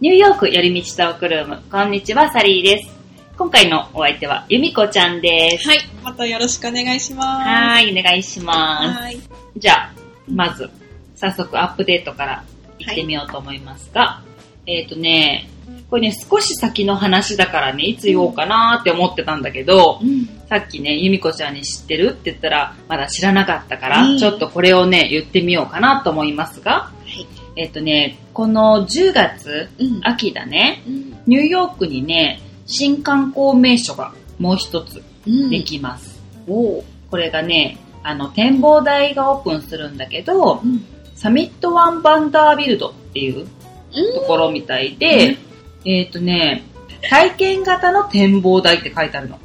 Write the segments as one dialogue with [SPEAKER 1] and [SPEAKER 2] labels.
[SPEAKER 1] ニューヨーク寄り道トークルーム。こんにちは、サリーです。今回のお相手は、由美子ちゃんです。
[SPEAKER 2] はい、またよろしくお願いしま
[SPEAKER 1] はーい、お願いし
[SPEAKER 2] す。
[SPEAKER 1] ます。
[SPEAKER 2] い。
[SPEAKER 1] じゃあ、まず、早速アップデートから行ってみようと思いますが、えっ、とね、これね、少し先の話だからね、いつ言おうかなーって思ってたんだけど、さっきね、由美子ちゃんに知ってるって言ったら、まだ知らなかったから、
[SPEAKER 2] うん
[SPEAKER 1] ちょっとこれをね、言ってみようかなと思いますが、
[SPEAKER 2] い
[SPEAKER 1] えっ、とね、この10月、
[SPEAKER 2] うん
[SPEAKER 1] 秋だね、ニューヨークにね、新観光名所がもう一つ
[SPEAKER 2] うん
[SPEAKER 1] できます。これがね、あの、展望台がオープンするんだけど、
[SPEAKER 2] うん
[SPEAKER 1] サミットワンバンダービルドっていうところみたいで、えっ、とね、体験型の展望台って書いてあるの。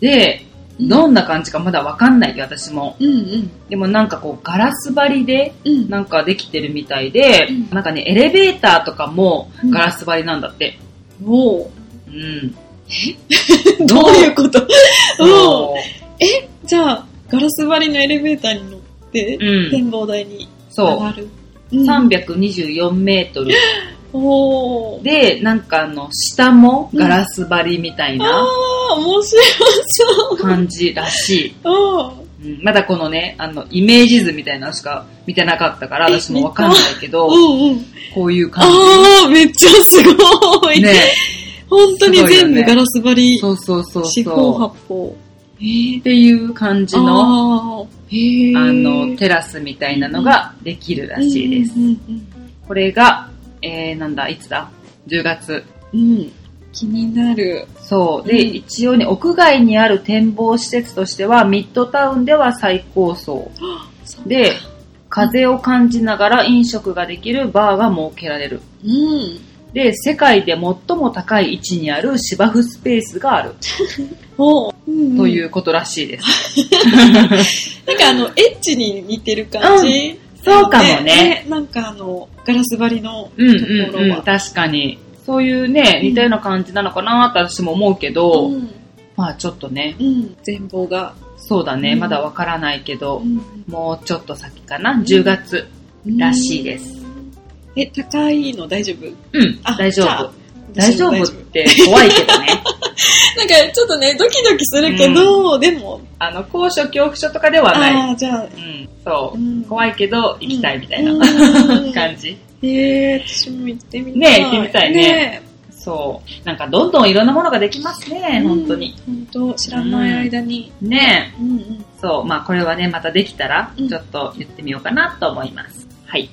[SPEAKER 1] で、
[SPEAKER 2] うん
[SPEAKER 1] どんな感じかまだわかんないよ、私も。
[SPEAKER 2] うんうん。
[SPEAKER 1] でもなんかこう、ガラス張りで、
[SPEAKER 2] うん。
[SPEAKER 1] なんかできてるみたいで、
[SPEAKER 2] うん
[SPEAKER 1] なんかね、エレベーターとかも
[SPEAKER 2] うん
[SPEAKER 1] ガラス張りなんだって。
[SPEAKER 2] おう。
[SPEAKER 1] うん。
[SPEAKER 2] どういうことおう。
[SPEAKER 1] そう
[SPEAKER 2] じゃあ、ガラス張りのエレベーターに乗って、
[SPEAKER 1] うん。
[SPEAKER 2] 展望台に上
[SPEAKER 1] そ
[SPEAKER 2] がる。
[SPEAKER 1] う。
[SPEAKER 2] うん
[SPEAKER 1] 324メートル
[SPEAKER 2] おー。
[SPEAKER 1] で、なんかあの、下もガラス張りみたい
[SPEAKER 2] あ
[SPEAKER 1] な
[SPEAKER 2] ー、面白そう。
[SPEAKER 1] 感じらしい。
[SPEAKER 2] おー。
[SPEAKER 1] うんまだこのね、あの、イメージ図みたいなのしか見てなかったから、
[SPEAKER 2] え
[SPEAKER 1] 私もわかんないけど、
[SPEAKER 2] うんうん。
[SPEAKER 1] こういう感
[SPEAKER 2] あー、めっちゃすご
[SPEAKER 1] じ。
[SPEAKER 2] い。
[SPEAKER 1] ね。
[SPEAKER 2] 本当に
[SPEAKER 1] すごいよ
[SPEAKER 2] 全
[SPEAKER 1] ね
[SPEAKER 2] 部ガラス張り。
[SPEAKER 1] そうそうそう
[SPEAKER 2] 四
[SPEAKER 1] そ
[SPEAKER 2] 方
[SPEAKER 1] う。
[SPEAKER 2] 八方。
[SPEAKER 1] えーっていう感じの、あ
[SPEAKER 2] あー。へー
[SPEAKER 1] の、テラスみたいなのができるらしいです。
[SPEAKER 2] うんうん
[SPEAKER 1] これが、えー、なんだ、いつだ ?10 月。
[SPEAKER 2] うんうん。気になる。
[SPEAKER 1] そう。で、
[SPEAKER 2] うん
[SPEAKER 1] 一応ね、屋外にある展望施設としては、ミッドタウンでは最高層。で、風を感じながら飲食ができるバーが設けられる。
[SPEAKER 2] うん。
[SPEAKER 1] で、世界で最も高い位置にある芝生スペースがある
[SPEAKER 2] おう。うん。
[SPEAKER 1] といううことらしいです。
[SPEAKER 2] なんかあの、エッチに似てる感じ。
[SPEAKER 1] そうかもね。
[SPEAKER 2] なんかあの、ガラス張りのとこ
[SPEAKER 1] うんうん
[SPEAKER 2] ろ
[SPEAKER 1] うん、
[SPEAKER 2] は。
[SPEAKER 1] 確かに。そういうね、
[SPEAKER 2] うん
[SPEAKER 1] 似たような感じなのかなって私も思うけど、
[SPEAKER 2] うん
[SPEAKER 1] まあちょっとね、
[SPEAKER 2] うん。全貌が。
[SPEAKER 1] そうだね、
[SPEAKER 2] うん
[SPEAKER 1] まだわからないけど、もうちょっと先かな、
[SPEAKER 2] ん
[SPEAKER 1] 10月。
[SPEAKER 2] うん
[SPEAKER 1] らしいです。
[SPEAKER 2] え、高いの大丈夫
[SPEAKER 1] うん、
[SPEAKER 2] あ
[SPEAKER 1] 大丈
[SPEAKER 2] じゃ
[SPEAKER 1] 夫
[SPEAKER 2] あ。
[SPEAKER 1] 大丈夫って怖いけど ね。
[SPEAKER 2] なんかちょっとね、ドキドキするけど、でも、
[SPEAKER 1] あの、高所恐怖症とかではない。
[SPEAKER 2] あー、じゃあ、
[SPEAKER 1] うん、そう。
[SPEAKER 2] うん
[SPEAKER 1] 怖いけど、行きたいみたい な、
[SPEAKER 2] うん
[SPEAKER 1] 感じ。
[SPEAKER 2] えー、私も行ってみたい。
[SPEAKER 1] ね行ってみたいねそう。なんかどんどんいろんなものができますね、
[SPEAKER 2] うん
[SPEAKER 1] 本当に。。
[SPEAKER 2] 本当知らない間に。
[SPEAKER 1] ね
[SPEAKER 2] うんうん。
[SPEAKER 1] そう。まあこれはね、またできたら、
[SPEAKER 2] うん
[SPEAKER 1] ちょっと言ってみようかなと思います。はい。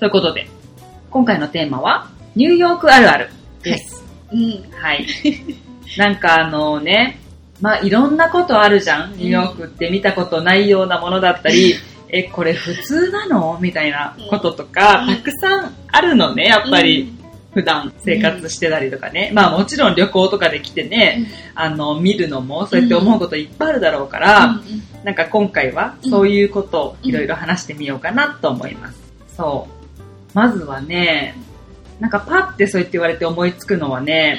[SPEAKER 1] ということで、今回のテーマは、ニューヨークあるあるです。
[SPEAKER 2] うん。
[SPEAKER 1] はい。なんかあのね、まあいろんなことあるじゃん。ニューヨークって見たことないようなものだったり、え、これ普通なのみたいなこととか、
[SPEAKER 2] うん
[SPEAKER 1] たくさんあるのね、やっぱり。普段生活してたりとかね、まあもちろん旅行とかで来てね、あの見るのもそうやって思うこといっぱいあるだろうから、
[SPEAKER 2] うん、うん
[SPEAKER 1] なんか今回はそういうことをいろいろ話してみようかなと思います、そうまずはねなんかパッてそうやって言われて思いつくのはね、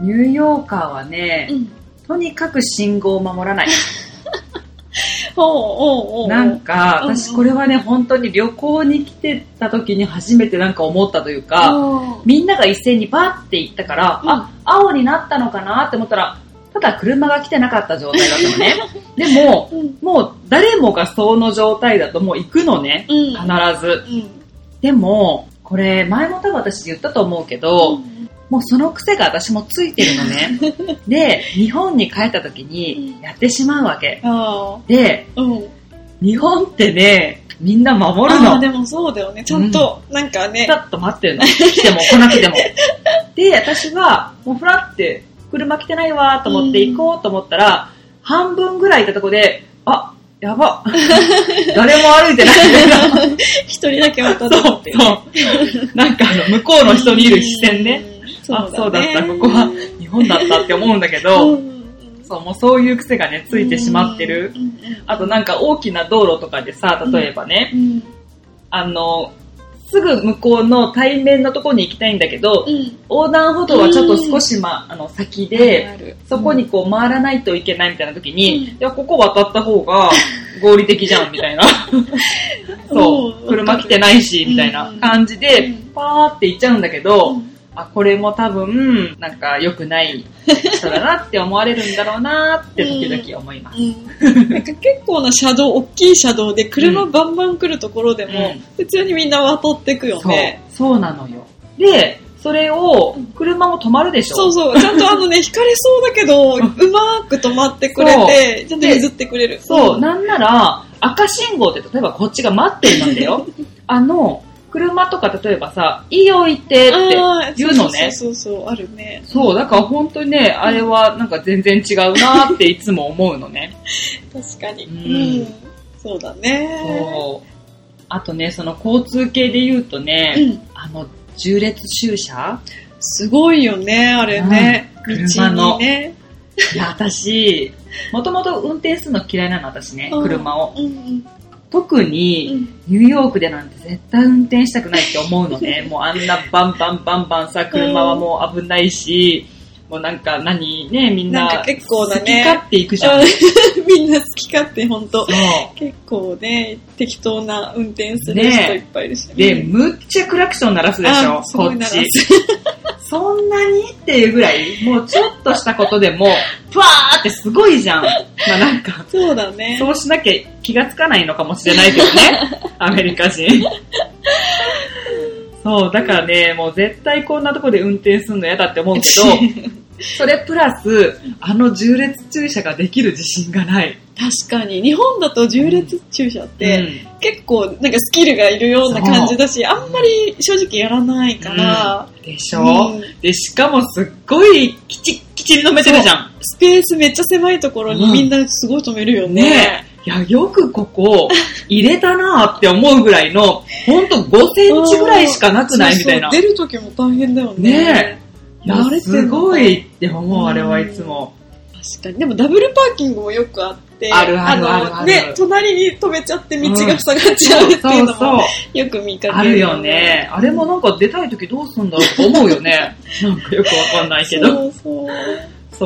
[SPEAKER 1] ニューヨーカーはね、
[SPEAKER 2] うんうん。
[SPEAKER 1] とにかく信号を守らない。
[SPEAKER 2] おうおうおう
[SPEAKER 1] なんか、
[SPEAKER 2] うん
[SPEAKER 1] 私これはね、本当に旅行に来てた時に初めてなんか思ったというか、
[SPEAKER 2] おう
[SPEAKER 1] みんなが一斉にバーって行ったから、
[SPEAKER 2] うん
[SPEAKER 1] あ、青になったのかなって思ったら、ただ車が来てなかった状態だった のね。でも、
[SPEAKER 2] うん
[SPEAKER 1] もう誰もがその状態だともう行くのね。
[SPEAKER 2] うん
[SPEAKER 1] 必ず。
[SPEAKER 2] うん
[SPEAKER 1] でも、これ前も多分私言ったと思うけど、もうその癖が私もついてるの ね。で、日本に帰った時にやってしまうわけ。
[SPEAKER 2] あ
[SPEAKER 1] で、
[SPEAKER 2] あうん
[SPEAKER 1] 日本ってね、みんな守る
[SPEAKER 2] あ
[SPEAKER 1] の
[SPEAKER 2] ー。でもそうだよねちゃんとなんかね
[SPEAKER 1] ピタッと待ってるの。来ても来なく ても。で、私は、もうふらって、車来てないわと思って
[SPEAKER 2] うん
[SPEAKER 1] 行こうと思ったら、半分ぐらいいたとこで、あ、やば。 誰も歩いてない。
[SPEAKER 2] 一人だけ渡
[SPEAKER 1] そう、
[SPEAKER 2] ったと思って
[SPEAKER 1] そう。なんかあの、向こうの人にいる視線ね。
[SPEAKER 2] うん
[SPEAKER 1] あ、そうだっ
[SPEAKER 2] ね
[SPEAKER 1] た、ここは日本だったって思うんだけ
[SPEAKER 2] う
[SPEAKER 1] ど、
[SPEAKER 2] んうん
[SPEAKER 1] そう、もうそういう癖がね、ついてしまってる。
[SPEAKER 2] うんうん
[SPEAKER 1] あとなんか大きな道路とかでさ、例えばね、
[SPEAKER 2] うん
[SPEAKER 1] あの、すぐ向こうの対面のところに行きたいんだけど、
[SPEAKER 2] うん。
[SPEAKER 1] 横断歩道はちょっと少し、ま、あの先で、
[SPEAKER 2] あるある
[SPEAKER 1] そこにこう回らないといけないみたいな時に、い
[SPEAKER 2] うん
[SPEAKER 1] や、ここ渡った方が合理的じゃん、みたい な。そうう、
[SPEAKER 2] ん
[SPEAKER 1] 車来てないし、みたいな感じで
[SPEAKER 2] うん、
[SPEAKER 1] パーって行っちゃうんだけ
[SPEAKER 2] う
[SPEAKER 1] ど、
[SPEAKER 2] ん
[SPEAKER 1] あ、これも多分、なんか良くない人だなって思われるんだろうなって時々思います。
[SPEAKER 2] うんなんか結構な車道、大きい車道で車
[SPEAKER 1] う
[SPEAKER 2] バンバン来るところでも、
[SPEAKER 1] うん
[SPEAKER 2] 普通にみんな渡ってくよ
[SPEAKER 1] そう
[SPEAKER 2] ね。、
[SPEAKER 1] そうなのよ。で、それを
[SPEAKER 2] うん、
[SPEAKER 1] 車も止まるでしょ
[SPEAKER 2] そうそう。ちゃんと あのね、引かれそうだけど、うまーく止まってくれて、ちゃんと譲ってくれる。
[SPEAKER 1] そう、なんなら、赤信号って例えばこっちが待ってるんだ よ。あの、車とか例えばさ、いいよ行ってって。
[SPEAKER 2] あー
[SPEAKER 1] 言うのね
[SPEAKER 2] そうそうそうそう、あるね。
[SPEAKER 1] そう、だから本当にね、あれはなんか全然違うなっていつも思うのね。
[SPEAKER 2] 確かに。
[SPEAKER 1] うん
[SPEAKER 2] うんそうだね。
[SPEAKER 1] そう。あとね、その交通系で言うとね、
[SPEAKER 2] うん
[SPEAKER 1] あの、縦列駐車
[SPEAKER 2] すごいよね、あれね。
[SPEAKER 1] う
[SPEAKER 2] 道
[SPEAKER 1] ん車の
[SPEAKER 2] にね。
[SPEAKER 1] いや、私、もともと運転するの嫌いなの、私ね、
[SPEAKER 2] うん
[SPEAKER 1] 車を。
[SPEAKER 2] うんうん
[SPEAKER 1] 特
[SPEAKER 2] う
[SPEAKER 1] に、
[SPEAKER 2] ん
[SPEAKER 1] ニューヨークでなんて絶対運転したくないって思うの ね。もうあんなバンバンバンバンさ、車はもう危ないし、もうなんか何ね、みんな、
[SPEAKER 2] なんか結構だね
[SPEAKER 1] 好き勝手行くじゃん。
[SPEAKER 2] みんな好き勝手、ほんと。
[SPEAKER 1] そう
[SPEAKER 2] 結構ね、適当な運転する人いっぱいいるしね。
[SPEAKER 1] で、
[SPEAKER 2] うん
[SPEAKER 1] むっちゃクラクション鳴らすでしょ
[SPEAKER 2] あ、す
[SPEAKER 1] こ
[SPEAKER 2] ごい
[SPEAKER 1] っ
[SPEAKER 2] 鳴らす
[SPEAKER 1] ち。 そんなにっていうぐらい、もうちょっとしたこと でも、ふわーってすごいじゃん。まあなんか、
[SPEAKER 2] そうだね。
[SPEAKER 1] そうしなきゃ気がつかないのかもしれないけど ね、アメリカ人。そう、だからね、もう絶対こんなとこで運転するの嫌だって思うけど、それプラス、あの重列駐車ができる自信がない。
[SPEAKER 2] 確かに、日本だと重列駐車って、
[SPEAKER 1] うん
[SPEAKER 2] 結構なんかスキルがいるような感じだし、あんまり正直やらないから、
[SPEAKER 1] でしょ、
[SPEAKER 2] うん
[SPEAKER 1] で、しかもすっごいきちっきちに止めてるじゃん。
[SPEAKER 2] スペースめっちゃ狭いところに
[SPEAKER 1] うん
[SPEAKER 2] みんなすごい止めるよね。
[SPEAKER 1] ねいや、よくここ、入れたなーって思うぐらいの、ほんと5センチぐらいしかなくないみたいな。
[SPEAKER 2] そうそう出るときも大変だよね。
[SPEAKER 1] ねいや
[SPEAKER 2] 慣れてる
[SPEAKER 1] す
[SPEAKER 2] のかな
[SPEAKER 1] ごいって思う、あれはいつも。
[SPEAKER 2] 確かに。でもダブルパーキングもよくあって、
[SPEAKER 1] あるある
[SPEAKER 2] の
[SPEAKER 1] あるある
[SPEAKER 2] ね、隣に止めちゃって道が塞がっちゃうっていうのも、よく見かける。
[SPEAKER 1] あるよ。ね。あれもなんか出たい時どうすんだろうと思うよ ね。なんかよくわかんないけど。
[SPEAKER 2] そうそう。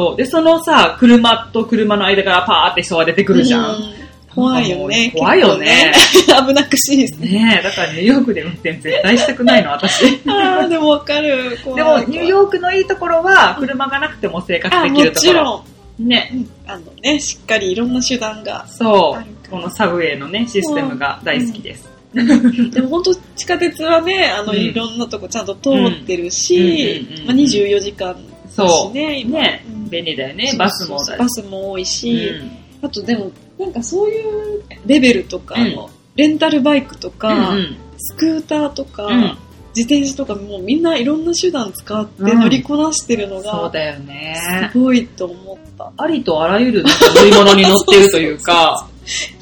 [SPEAKER 1] そう。で、そのさ、車と車の間からパーって人が出てくるじゃ。
[SPEAKER 2] うんん怖いよね。
[SPEAKER 1] 怖いよね。
[SPEAKER 2] 結構ね危なくしいですね。
[SPEAKER 1] ねえ、だからニューヨークで運転絶対したくないの、私。
[SPEAKER 2] あーでもわ かる。 怖い
[SPEAKER 1] でも、ニューヨークのいいところは、車がなくても生活
[SPEAKER 2] あ、
[SPEAKER 1] で
[SPEAKER 2] も
[SPEAKER 1] きると
[SPEAKER 2] ち
[SPEAKER 1] ころ。
[SPEAKER 2] ろん。
[SPEAKER 1] ね。
[SPEAKER 2] うんあのね、しっかりいろんな手段が。
[SPEAKER 1] そ
[SPEAKER 2] あるか
[SPEAKER 1] う。こ
[SPEAKER 2] ら
[SPEAKER 1] のサブウェイのね、システムが大好きです。
[SPEAKER 2] でも本当地下鉄はね、あの、
[SPEAKER 1] うん
[SPEAKER 2] いろんなとこちゃんと通ってるし
[SPEAKER 1] うんうんうんう、ん
[SPEAKER 2] まあ24時間だし
[SPEAKER 1] そう。
[SPEAKER 2] ね、今。
[SPEAKER 1] ね
[SPEAKER 2] うん
[SPEAKER 1] 便利だよね
[SPEAKER 2] そ。う
[SPEAKER 1] バス
[SPEAKER 2] そう
[SPEAKER 1] も
[SPEAKER 2] そう
[SPEAKER 1] だ
[SPEAKER 2] バ
[SPEAKER 1] し。
[SPEAKER 2] スも多いうし、
[SPEAKER 1] ん
[SPEAKER 2] あとでも、なんかそういうレベルとかの、レンタルバイクとか、
[SPEAKER 1] うん
[SPEAKER 2] スクーターとか、
[SPEAKER 1] うん
[SPEAKER 2] 自転車とかもうみんないろんな手段使って
[SPEAKER 1] うん
[SPEAKER 2] 乗りこなしてるの
[SPEAKER 1] そう
[SPEAKER 2] が、
[SPEAKER 1] だよね。
[SPEAKER 2] すごいと思った。
[SPEAKER 1] ありとあらゆるなんか乗り物に乗ってるというか、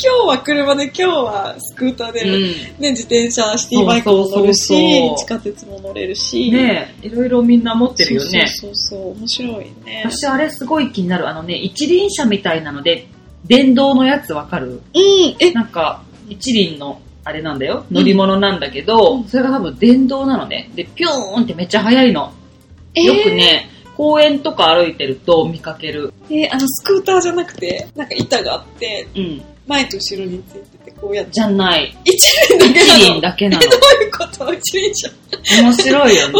[SPEAKER 2] 今日は車で、今日はスクーターで、
[SPEAKER 1] うん
[SPEAKER 2] ね、自転車、シティバイクも乗るし、
[SPEAKER 1] そうそうそうそう
[SPEAKER 2] 地下鉄も乗れるし、
[SPEAKER 1] ねえいろいろみんな持ってるよね。
[SPEAKER 2] そうそうそう、面白いね。
[SPEAKER 1] 私あれすごい気になる。あのね、一輪車みたいなので、電動のやつわかる
[SPEAKER 2] うん、え、
[SPEAKER 1] なんか、一輪の、あれなんだよ。乗り物なんだけど、
[SPEAKER 2] うん
[SPEAKER 1] それが多分電動なのね。で、ピョーンってめっちゃ速いの。
[SPEAKER 2] えー
[SPEAKER 1] よくね、公園とか歩いてると見かける。
[SPEAKER 2] えあの、スクーターじゃなくて、なんか板があって、
[SPEAKER 1] うん。
[SPEAKER 2] 前と後ろについてて、こうやって。
[SPEAKER 1] じゃ ない。
[SPEAKER 2] 一輪だけ
[SPEAKER 1] 一
[SPEAKER 2] なの。
[SPEAKER 1] 輪だけなの。
[SPEAKER 2] どういうこと一輪じゃん。
[SPEAKER 1] 面白いよね。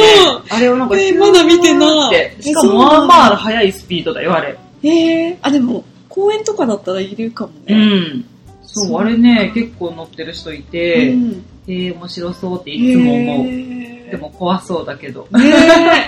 [SPEAKER 1] あれをなんか、
[SPEAKER 2] ねえまだ見てない
[SPEAKER 1] い。しかも、
[SPEAKER 2] えそう
[SPEAKER 1] ま
[SPEAKER 2] な
[SPEAKER 1] あ
[SPEAKER 2] んだ
[SPEAKER 1] まあ速いスピードだよ、あれ。
[SPEAKER 2] えー、あ、でも、公園とかだったらいるかも
[SPEAKER 1] う
[SPEAKER 2] ね。
[SPEAKER 1] ん。そう、
[SPEAKER 2] そう
[SPEAKER 1] あれね、結構乗ってる人いて、
[SPEAKER 2] うん
[SPEAKER 1] えー、面白そうっていつも思う。
[SPEAKER 2] へー
[SPEAKER 1] でも怖そうだけど。
[SPEAKER 2] ね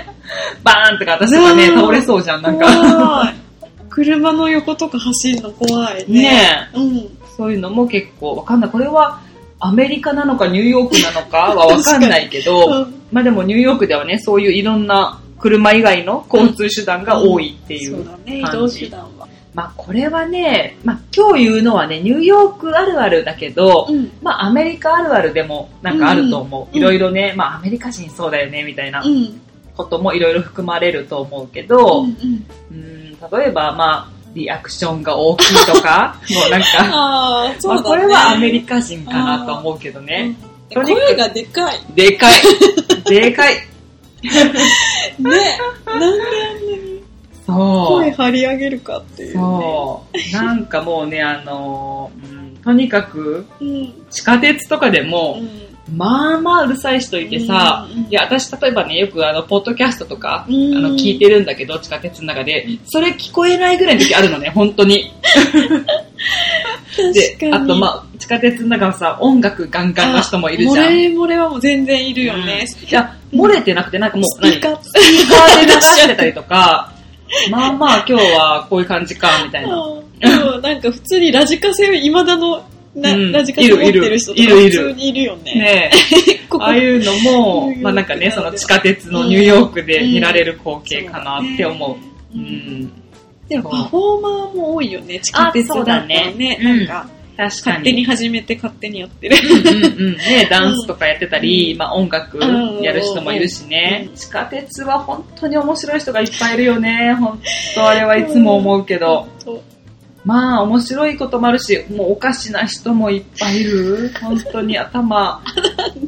[SPEAKER 1] バーンとか私とかね、
[SPEAKER 2] うん
[SPEAKER 1] 倒れそうじゃん、
[SPEAKER 2] え
[SPEAKER 1] なんか。
[SPEAKER 2] 怖い車の横とか走るの怖いね。
[SPEAKER 1] ね
[SPEAKER 2] うん。
[SPEAKER 1] え、そういうのも結構、わかんない。これは、アメリカなのかニューヨークなの かはわかんないけど、
[SPEAKER 2] うん
[SPEAKER 1] まあでもニューヨークではね、そういういろんな車以外の交通手段が多いっていう。
[SPEAKER 2] そうだね、移
[SPEAKER 1] 感
[SPEAKER 2] 動
[SPEAKER 1] じ
[SPEAKER 2] 手段は。
[SPEAKER 1] まあこれはね、まあ今日言うのはね、ニューヨークあるあるだけど、
[SPEAKER 2] うん。
[SPEAKER 1] まあアメリカあるあるでもなんかあると思
[SPEAKER 2] うん
[SPEAKER 1] う。いろいろね、まあアメリカ人そうだよねみたいな
[SPEAKER 2] うん。
[SPEAKER 1] こともいろいろ含まれると思うけど、
[SPEAKER 2] うん
[SPEAKER 1] うん、例えばまあリアクションが大き いとか、もうなんか、
[SPEAKER 2] ああ、そ
[SPEAKER 1] ま
[SPEAKER 2] う
[SPEAKER 1] あ
[SPEAKER 2] だね。
[SPEAKER 1] これはアメリカ人かなと思うけどね。とにかく
[SPEAKER 2] 声がでかい。
[SPEAKER 1] でかい。 でかい。
[SPEAKER 2] ね。なんであんなに
[SPEAKER 1] そ
[SPEAKER 2] 声
[SPEAKER 1] う。
[SPEAKER 2] 張り上げるかっていうね。
[SPEAKER 1] そう。なんかもうね、あのーうんとにかく、
[SPEAKER 2] うん。
[SPEAKER 1] 地下鉄とかで
[SPEAKER 2] う
[SPEAKER 1] も、
[SPEAKER 2] ん。
[SPEAKER 1] まあまあうるさい人いてさ、
[SPEAKER 2] うん
[SPEAKER 1] いや、私、例えばね、よくあの、ポッドキャストとか、あ
[SPEAKER 2] うん
[SPEAKER 1] の、聞いてるんだけど、地下鉄の中で、それ聞こえないぐらいの時あるのね、本当に。
[SPEAKER 2] 確か
[SPEAKER 1] で、
[SPEAKER 2] に。
[SPEAKER 1] あと、まあ、地下鉄の中のさ、音楽ガンガンの人もいるじゃん。
[SPEAKER 2] 漏れ漏れはもう全然いるよね。
[SPEAKER 1] うんいや、漏れてなくて、なんかも
[SPEAKER 2] ス
[SPEAKER 1] う、
[SPEAKER 2] ピーカー
[SPEAKER 1] 何スピーカーで流してたりとか、 まあまあ今日はこういう感じか、みたいな。
[SPEAKER 2] でもなんか普通にラジカセ、未だのな、
[SPEAKER 1] うん
[SPEAKER 2] ラジカセ持ってる人とか
[SPEAKER 1] いるいるい
[SPEAKER 2] 普
[SPEAKER 1] る
[SPEAKER 2] 通にいるよね。
[SPEAKER 1] ねえ、
[SPEAKER 2] ここ
[SPEAKER 1] ああいうの
[SPEAKER 2] ニューヨー
[SPEAKER 1] も、
[SPEAKER 2] ク
[SPEAKER 1] まあなんかね、
[SPEAKER 2] な
[SPEAKER 1] そ
[SPEAKER 2] らでは
[SPEAKER 1] の地下鉄のニューヨークで見られる光景かなって思う。う
[SPEAKER 2] うん
[SPEAKER 1] ん。
[SPEAKER 2] でもパフォーマーも多いよね、地下鉄だと
[SPEAKER 1] あそうだね
[SPEAKER 2] ね。なんか、
[SPEAKER 1] 確か
[SPEAKER 2] 勝手に
[SPEAKER 1] に。
[SPEAKER 2] 始めて勝手にやってる。
[SPEAKER 1] うんうんうん。ねダンスとかやってたり、
[SPEAKER 2] うん
[SPEAKER 1] まあ音楽やる人もいるしね
[SPEAKER 2] う。ん
[SPEAKER 1] 地下鉄は本当に面白い人がいっぱいいるよね。本当あれはいつも思うけど。
[SPEAKER 2] そう
[SPEAKER 1] まあ面白いこともあるし、もうおかしな人もいっぱいいる。本当に頭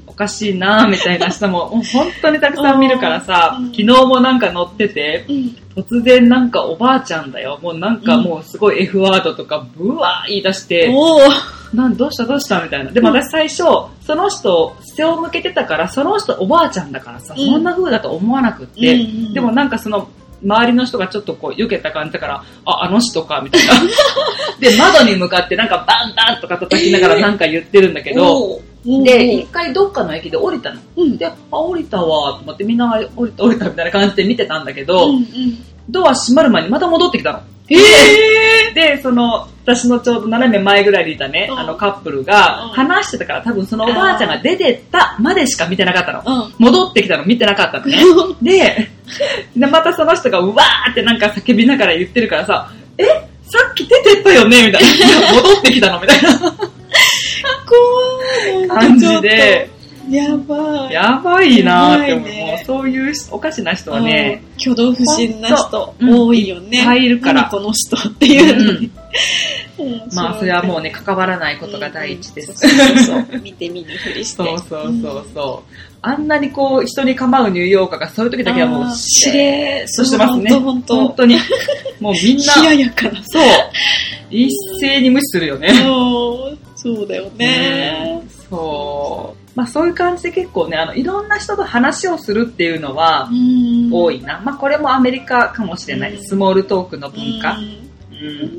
[SPEAKER 1] おかしいなみたいな人も、もう本当にたくさん見るからさ
[SPEAKER 2] う、ん
[SPEAKER 1] 昨日もなんか乗ってて、
[SPEAKER 2] うん
[SPEAKER 1] 突然なんかおばあちゃんだよ。もうなんかもうすごい F ワードとかブワー言い出して、
[SPEAKER 2] おー
[SPEAKER 1] なんどうしたどうしたみたいな。でも私最初、その人背を向けてたから、その人おばあちゃんだからさ、
[SPEAKER 2] うん
[SPEAKER 1] そんな風だと思わなくって、
[SPEAKER 2] うんうん
[SPEAKER 1] でもなんかその、周りの人がちょっとこう、避けた感じだから、あ、あの人か、みたいな。 で、窓に向かってなんかバンバンとか叩きながらなんか言ってるんだけど、
[SPEAKER 2] おーおー
[SPEAKER 1] で、一回どっかの駅で降りたの。
[SPEAKER 2] うん
[SPEAKER 1] で、あ、降りたわ、と思ってみんなあ降りた、降りたみたいな感じで見てたんだけど、
[SPEAKER 2] うんうん
[SPEAKER 1] ドア閉まる前にまた戻ってきたの。
[SPEAKER 2] え え
[SPEAKER 1] で、その、私のちょうど斜め前ぐらいにいたね、
[SPEAKER 2] うん
[SPEAKER 1] あのカップルが
[SPEAKER 2] うん
[SPEAKER 1] 話してたから、多分そのおばあちゃんが出てったまでしか見てなかったの。
[SPEAKER 2] うん。
[SPEAKER 1] 戻ってきたの見てなかったのね。で、でまたその人がうわーってなんか叫びながら言ってるからさ、えさっき出てったよねみたいな。いや戻ってきたのみたいな
[SPEAKER 2] 怖い。
[SPEAKER 1] 感じで、
[SPEAKER 2] ちょっと。やばい。
[SPEAKER 1] やばいなーって思う。
[SPEAKER 2] やばいね
[SPEAKER 1] もうそういうおかしな人はね、
[SPEAKER 2] うん、挙動不審な人
[SPEAKER 1] ほんとうん
[SPEAKER 2] 多いよね。
[SPEAKER 1] いっぱいいるから
[SPEAKER 2] 何この人っていうのに。うん
[SPEAKER 1] まあそれはもうね、関わらないことが第一です。
[SPEAKER 2] うんそうそうそう見て見ぬふりし
[SPEAKER 1] そ
[SPEAKER 2] て。
[SPEAKER 1] うそうそうそう。あんなにこう、人に構うニューヨーカーがそういう時だけはも
[SPEAKER 2] あ
[SPEAKER 1] う、
[SPEAKER 2] ーしれーっ
[SPEAKER 1] そうしてますね。
[SPEAKER 2] 本当
[SPEAKER 1] 本
[SPEAKER 2] 本
[SPEAKER 1] 当に。もうみん
[SPEAKER 2] 当
[SPEAKER 1] な、
[SPEAKER 2] 冷ややかな。
[SPEAKER 1] そう。一斉に無視するよね。
[SPEAKER 2] そうそうだよね。
[SPEAKER 1] そう。まあそういう感じで結構ね、あの、いろんな人と話をするっていうのは多
[SPEAKER 2] い
[SPEAKER 1] いな。まあこれもアメリカかもしれない。
[SPEAKER 2] うん
[SPEAKER 1] スモールトークの文化。 うん。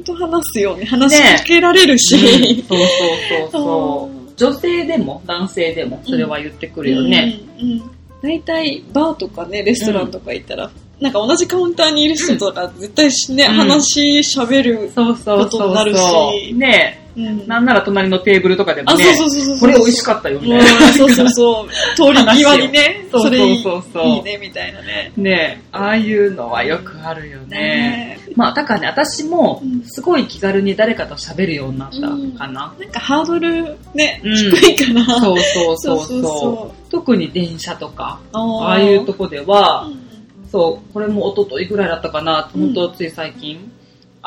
[SPEAKER 2] 本当話すよね。話しかけられる
[SPEAKER 1] うん
[SPEAKER 2] し。
[SPEAKER 1] そうそうそうそう。女性でも男性でもそれは言ってく
[SPEAKER 2] う
[SPEAKER 1] るよね。
[SPEAKER 2] ん。うん大体、バーとかね、レストランとか行ったら、なんか同じカウンターにいる人とか、絶対しね、
[SPEAKER 1] うん
[SPEAKER 2] 話、喋る。
[SPEAKER 1] そうそう
[SPEAKER 2] こ
[SPEAKER 1] そ
[SPEAKER 2] とになる
[SPEAKER 1] うそう。
[SPEAKER 2] し
[SPEAKER 1] ねえ。
[SPEAKER 2] うん
[SPEAKER 1] なんなら隣のテーブルとかでも
[SPEAKER 2] あ、
[SPEAKER 1] ね
[SPEAKER 2] そう、そうそうそう。
[SPEAKER 1] これ美味しかったよね。
[SPEAKER 2] うんそうそうそう。通り際にね、
[SPEAKER 1] そう
[SPEAKER 2] それいい
[SPEAKER 1] そうそうそう
[SPEAKER 2] いいね、みたいなね。
[SPEAKER 1] ねえ、ああいうのはよくあるよね。まあ、だからね、私も
[SPEAKER 2] うん、
[SPEAKER 1] すごい気軽に誰かと喋るようになったかな。
[SPEAKER 2] なんかハードルね、
[SPEAKER 1] うん
[SPEAKER 2] 低いから。
[SPEAKER 1] そうそうそう
[SPEAKER 2] そうそう
[SPEAKER 1] そ。
[SPEAKER 2] そう
[SPEAKER 1] 特に電車とか、
[SPEAKER 2] あ
[SPEAKER 1] ああいうと
[SPEAKER 2] こ
[SPEAKER 1] こでは、そう、これも一昨日ぐらいだったかな、本当つい最近。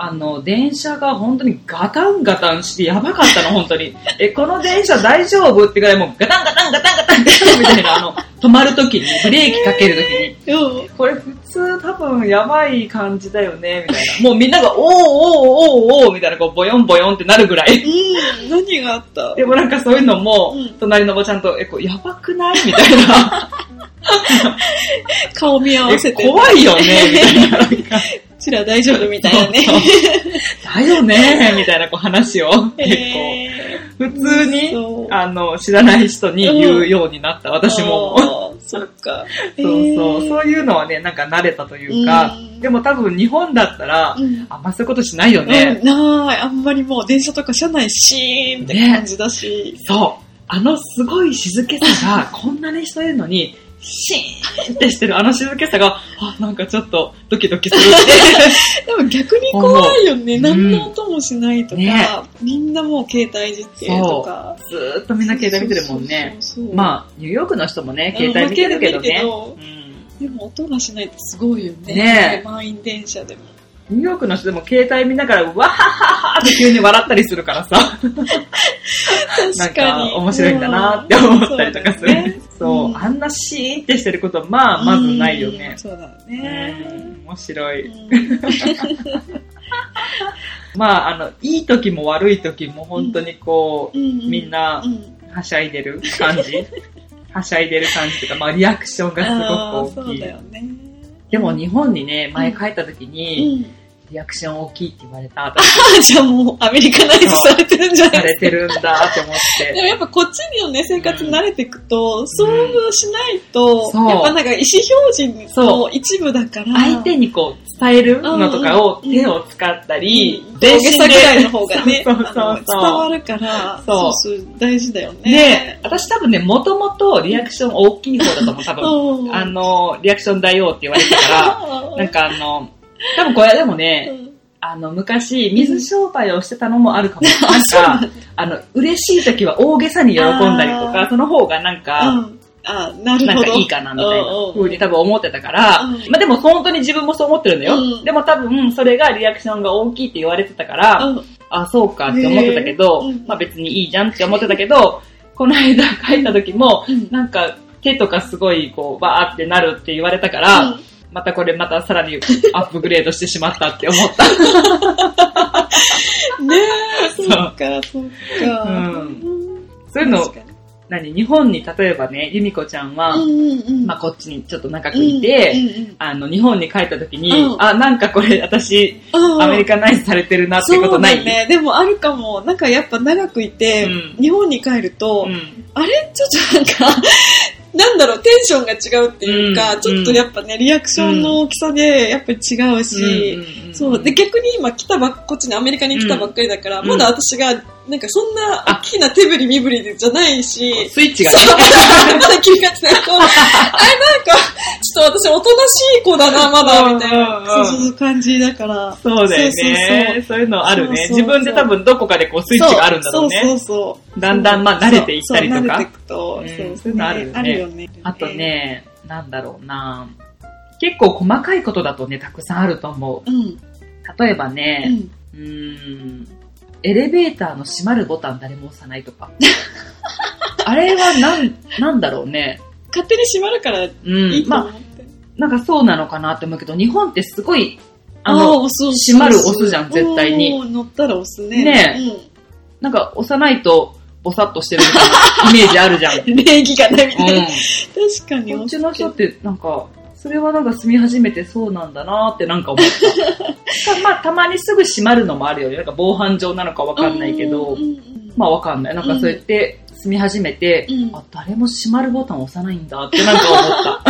[SPEAKER 1] あの、電車が本当にガタンガタンしてやばかったの、本当に。え、この電車大丈夫ってぐらいもうガタンガタンガタンガタンガタンみたいな、あの、止まるときに、ブレーキかけるときに。
[SPEAKER 2] うん。
[SPEAKER 1] これ普通多分やばい感じだよね、みたいな。もうみんなが、おーおーおーおーみたいな、こう、ボヨンボヨンってなるぐらい。
[SPEAKER 2] うん、何があっ た
[SPEAKER 1] でもなんかそういうのも
[SPEAKER 2] うん、
[SPEAKER 1] 隣のおばちゃんと、え、こう、やばくないみたいな。
[SPEAKER 2] 顔見合わせ
[SPEAKER 1] え、
[SPEAKER 2] て。
[SPEAKER 1] 怖いよね、みたい な。
[SPEAKER 2] こちら大丈夫みたいなね。
[SPEAKER 1] だよ ね、みたいなこう話を、結
[SPEAKER 2] へー
[SPEAKER 1] 構、普通
[SPEAKER 2] そ
[SPEAKER 1] に
[SPEAKER 2] う、
[SPEAKER 1] あの、知らない人に言うようになった、私も。
[SPEAKER 2] あーそっか。
[SPEAKER 1] そうそう、
[SPEAKER 2] へー
[SPEAKER 1] そういうのはね、なんか慣れたというか
[SPEAKER 2] うん、
[SPEAKER 1] でも多分日本だったら
[SPEAKER 2] う、ん
[SPEAKER 1] あんまそういうことしないよね。
[SPEAKER 2] うんない、あんまりもう電車とか車内シーンって感じだし。
[SPEAKER 1] そう。あのすごい静けさ が、こんなに人いるのに、シーンってしてるあの静けさが、あ、なんかちょっとドキドキする っ
[SPEAKER 2] でも逆に怖いよね。
[SPEAKER 1] 思う
[SPEAKER 2] 何の音もしないとか、
[SPEAKER 1] うんね
[SPEAKER 2] みんなもう携帯いじってとか。
[SPEAKER 1] て。ずーっとみんな携帯見てるもんね。まあ、ニューヨークの人もね、携帯見てるけどね。
[SPEAKER 2] うん
[SPEAKER 1] うん
[SPEAKER 2] あ、でも音がしないってすごいよね。
[SPEAKER 1] ねえ
[SPEAKER 2] 満員電車でも。
[SPEAKER 1] ニューヨークの人でも携帯見ながら、わはははって急に笑ったりするから さ、なん
[SPEAKER 2] 確かに。
[SPEAKER 1] か面白いんだなって思ったりとかする。
[SPEAKER 2] うん
[SPEAKER 1] そう
[SPEAKER 2] うん
[SPEAKER 1] あんなシーンってしてること、まあ、まずないよね
[SPEAKER 2] うん。そうだ
[SPEAKER 1] うん
[SPEAKER 2] ね。
[SPEAKER 1] 面白い。
[SPEAKER 2] うん
[SPEAKER 1] まあ、あの、いい時も悪い時も本当にこ
[SPEAKER 2] う
[SPEAKER 1] う、みんな
[SPEAKER 2] う、ん
[SPEAKER 1] はしゃいでる感 じはしゃいでる感じとか、まあ、リアクションがすごく
[SPEAKER 2] あー
[SPEAKER 1] 大き
[SPEAKER 2] そう
[SPEAKER 1] い
[SPEAKER 2] だ。よね。
[SPEAKER 1] でも日本にね、前帰った時に、
[SPEAKER 2] うん
[SPEAKER 1] リアクション大きいって言われた、
[SPEAKER 2] あじゃあもうアメリカナイズされてるんじゃな
[SPEAKER 1] さ
[SPEAKER 2] いで
[SPEAKER 1] れてるんだって思っ
[SPEAKER 2] も
[SPEAKER 1] て。
[SPEAKER 2] やっぱこっちのね、生活に慣れていくと、遭遇しないと、
[SPEAKER 1] そう
[SPEAKER 2] やっぱなんか意思表示
[SPEAKER 1] そ
[SPEAKER 2] の一部だから、
[SPEAKER 1] 相手にこう伝えるのとかを
[SPEAKER 2] うん
[SPEAKER 1] 手を使ったり、全
[SPEAKER 2] 大げ
[SPEAKER 1] 身
[SPEAKER 2] さ
[SPEAKER 1] で
[SPEAKER 2] ぐらいの方が ね、
[SPEAKER 1] そうそうそうそう
[SPEAKER 2] あの伝わるから、
[SPEAKER 1] そ
[SPEAKER 2] そううそう、大事だよね。
[SPEAKER 1] で、私多分ね、もともとリアクション大きい方だと思う、多分。
[SPEAKER 2] うん
[SPEAKER 1] あ、の、リアクション大王って言われてか
[SPEAKER 2] あ
[SPEAKER 1] ら、
[SPEAKER 2] ー
[SPEAKER 1] なんかあの、多分これでも
[SPEAKER 2] う
[SPEAKER 1] ね、
[SPEAKER 2] ん
[SPEAKER 1] あの、昔、水商売をしてたのもある かも。なんか、あの、嬉しい時は大げさに喜んだりと
[SPEAKER 2] あ
[SPEAKER 1] か、その方がなんか、
[SPEAKER 2] うんあ、なる
[SPEAKER 1] なん
[SPEAKER 2] ほ
[SPEAKER 1] か
[SPEAKER 2] ど。
[SPEAKER 1] いいかなみたい
[SPEAKER 2] うんうんう
[SPEAKER 1] なん風に多分思ってたから、
[SPEAKER 2] うん
[SPEAKER 1] まあでも本当に自分もそう思ってるんだよ。
[SPEAKER 2] うん
[SPEAKER 1] でも多分それがリアクションが大きいって言われてたから、
[SPEAKER 2] うん
[SPEAKER 1] あ、そうかって思ってたけど、
[SPEAKER 2] へーうん
[SPEAKER 1] まあ別にいいじゃんって思ってたけど、この間 書いた時も、
[SPEAKER 2] うん
[SPEAKER 1] なんか手とかすごいこうバーってなるって言われたから、
[SPEAKER 2] うん
[SPEAKER 1] またこれまたさらに アップグレードしてしまったって思った。
[SPEAKER 2] ねえ、そうか、そうか。
[SPEAKER 1] うんそういうの
[SPEAKER 2] 確かに
[SPEAKER 1] 何日本に例えばね、由美子ちゃんは、
[SPEAKER 2] うんうんうん
[SPEAKER 1] まあこっちにちょっと長くいて、
[SPEAKER 2] うんうん
[SPEAKER 1] あの、日本に帰った時に、
[SPEAKER 2] うん
[SPEAKER 1] あ、なんかこれ私、
[SPEAKER 2] うん
[SPEAKER 1] アメリカナイズされてるなってことない
[SPEAKER 2] そうだね。でもあるかも。なんかやっぱ長くいて、
[SPEAKER 1] うん
[SPEAKER 2] 日本に帰ると、
[SPEAKER 1] うん
[SPEAKER 2] あれちょっとなんか、 なんだろう、テンションが違うっていうか、
[SPEAKER 1] うん
[SPEAKER 2] ちょっとやっぱね、リアクションの大きさでやっぱり違うし、
[SPEAKER 1] うん
[SPEAKER 2] そう。で、逆に今来たばっ、こっちにアメリカに来たばっかりだから、
[SPEAKER 1] うん
[SPEAKER 2] まだ私が、なんかそんな
[SPEAKER 1] あ
[SPEAKER 2] 大きな手振り身振りじゃないし、
[SPEAKER 1] スイッチがね
[SPEAKER 2] そう、まだ切り替えてないと、あれなんか、ちょっと私おとなしい子だな、まだ、みたい
[SPEAKER 1] うん
[SPEAKER 2] な、
[SPEAKER 1] うんうん
[SPEAKER 2] そうそうそう感じだから。
[SPEAKER 1] そうだよ
[SPEAKER 2] そうそうそ
[SPEAKER 1] ね
[SPEAKER 2] う。
[SPEAKER 1] そういうのあるね。
[SPEAKER 2] そうそうそう
[SPEAKER 1] 自分で多分どこかでこうスイッチがあるんだろうね。
[SPEAKER 2] そうそうそう。
[SPEAKER 1] だんだんまあ慣れていったりとか
[SPEAKER 2] そうそう慣れていくと、
[SPEAKER 1] うん
[SPEAKER 2] そ
[SPEAKER 1] そういうのあるよね
[SPEAKER 2] あるよね。
[SPEAKER 1] あとね、なんだろうな結構細かいことだとね、たくさんあると思
[SPEAKER 2] うん。うん。
[SPEAKER 1] う。例えばね、うーん、エレベーターの閉まるボタン誰も押さないとか。あれはなん、なんだろうね。
[SPEAKER 2] 勝手に閉まるからいうい
[SPEAKER 1] ん。
[SPEAKER 2] と
[SPEAKER 1] ま
[SPEAKER 2] 思って。
[SPEAKER 1] あ、なんかそうなのかなって思うけど、日本ってすごい、あ
[SPEAKER 2] あー、
[SPEAKER 1] の、
[SPEAKER 2] 押す押す
[SPEAKER 1] 閉まる押すじゃん絶対に
[SPEAKER 2] おー乗ったら押すね。
[SPEAKER 1] ねなんか押さないと、ぼさっとしてるみたいなイメージあ るじゃん。
[SPEAKER 2] うん。礼儀がないみたいな。
[SPEAKER 1] う
[SPEAKER 2] 確かに
[SPEAKER 1] ん。こっ
[SPEAKER 2] 押
[SPEAKER 1] ち
[SPEAKER 2] す
[SPEAKER 1] の人って、なんか、それはなんか住み始めてそうなんだなってなんか思 った。たまあ、たまにすぐ閉まるのもあるよね。なんか防犯上なのかわかんないけど
[SPEAKER 2] うん、うんうん
[SPEAKER 1] まあわかんない。なんかそうやって住み始めて、
[SPEAKER 2] うん
[SPEAKER 1] あ、誰も閉まるボタン押さないんだってなんか思っ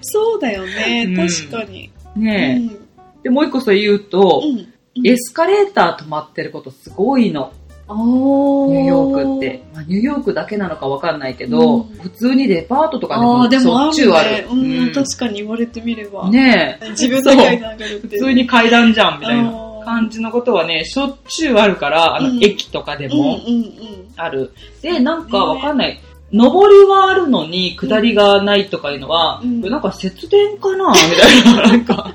[SPEAKER 2] そうだよね
[SPEAKER 1] うん。
[SPEAKER 2] 確かに。
[SPEAKER 1] た。
[SPEAKER 2] う
[SPEAKER 1] ね
[SPEAKER 2] ん
[SPEAKER 1] え。で、もう一個そう言うと、
[SPEAKER 2] うん。
[SPEAKER 1] エスカレーター止まってることすごいの。
[SPEAKER 2] ニ
[SPEAKER 1] ニューヨークって。。まあ、ニューヨークだけなのかわかんないけど、
[SPEAKER 2] うん
[SPEAKER 1] 普通にデパートとかで
[SPEAKER 2] ああ、
[SPEAKER 1] も
[SPEAKER 2] で
[SPEAKER 1] しょ
[SPEAKER 2] も
[SPEAKER 1] っ
[SPEAKER 2] あ
[SPEAKER 1] ちゅう
[SPEAKER 2] る
[SPEAKER 1] あ
[SPEAKER 2] ね
[SPEAKER 1] る。。
[SPEAKER 2] うん、
[SPEAKER 1] うん
[SPEAKER 2] 確かに言われてみれば。
[SPEAKER 1] ねえ。
[SPEAKER 2] 自分だけが流れてる。
[SPEAKER 1] 普通に階段じゃんみたいな
[SPEAKER 2] あー
[SPEAKER 1] 感じのことはね、しょっちゅうあるから、あの
[SPEAKER 2] う、ん
[SPEAKER 1] 駅とかでも
[SPEAKER 2] うんうんうん。
[SPEAKER 1] ある。で、なんかわかんない。上りはあるのに、下りがないとかいうのは、
[SPEAKER 2] うん
[SPEAKER 1] これなんか節電かなみたいな、なん か、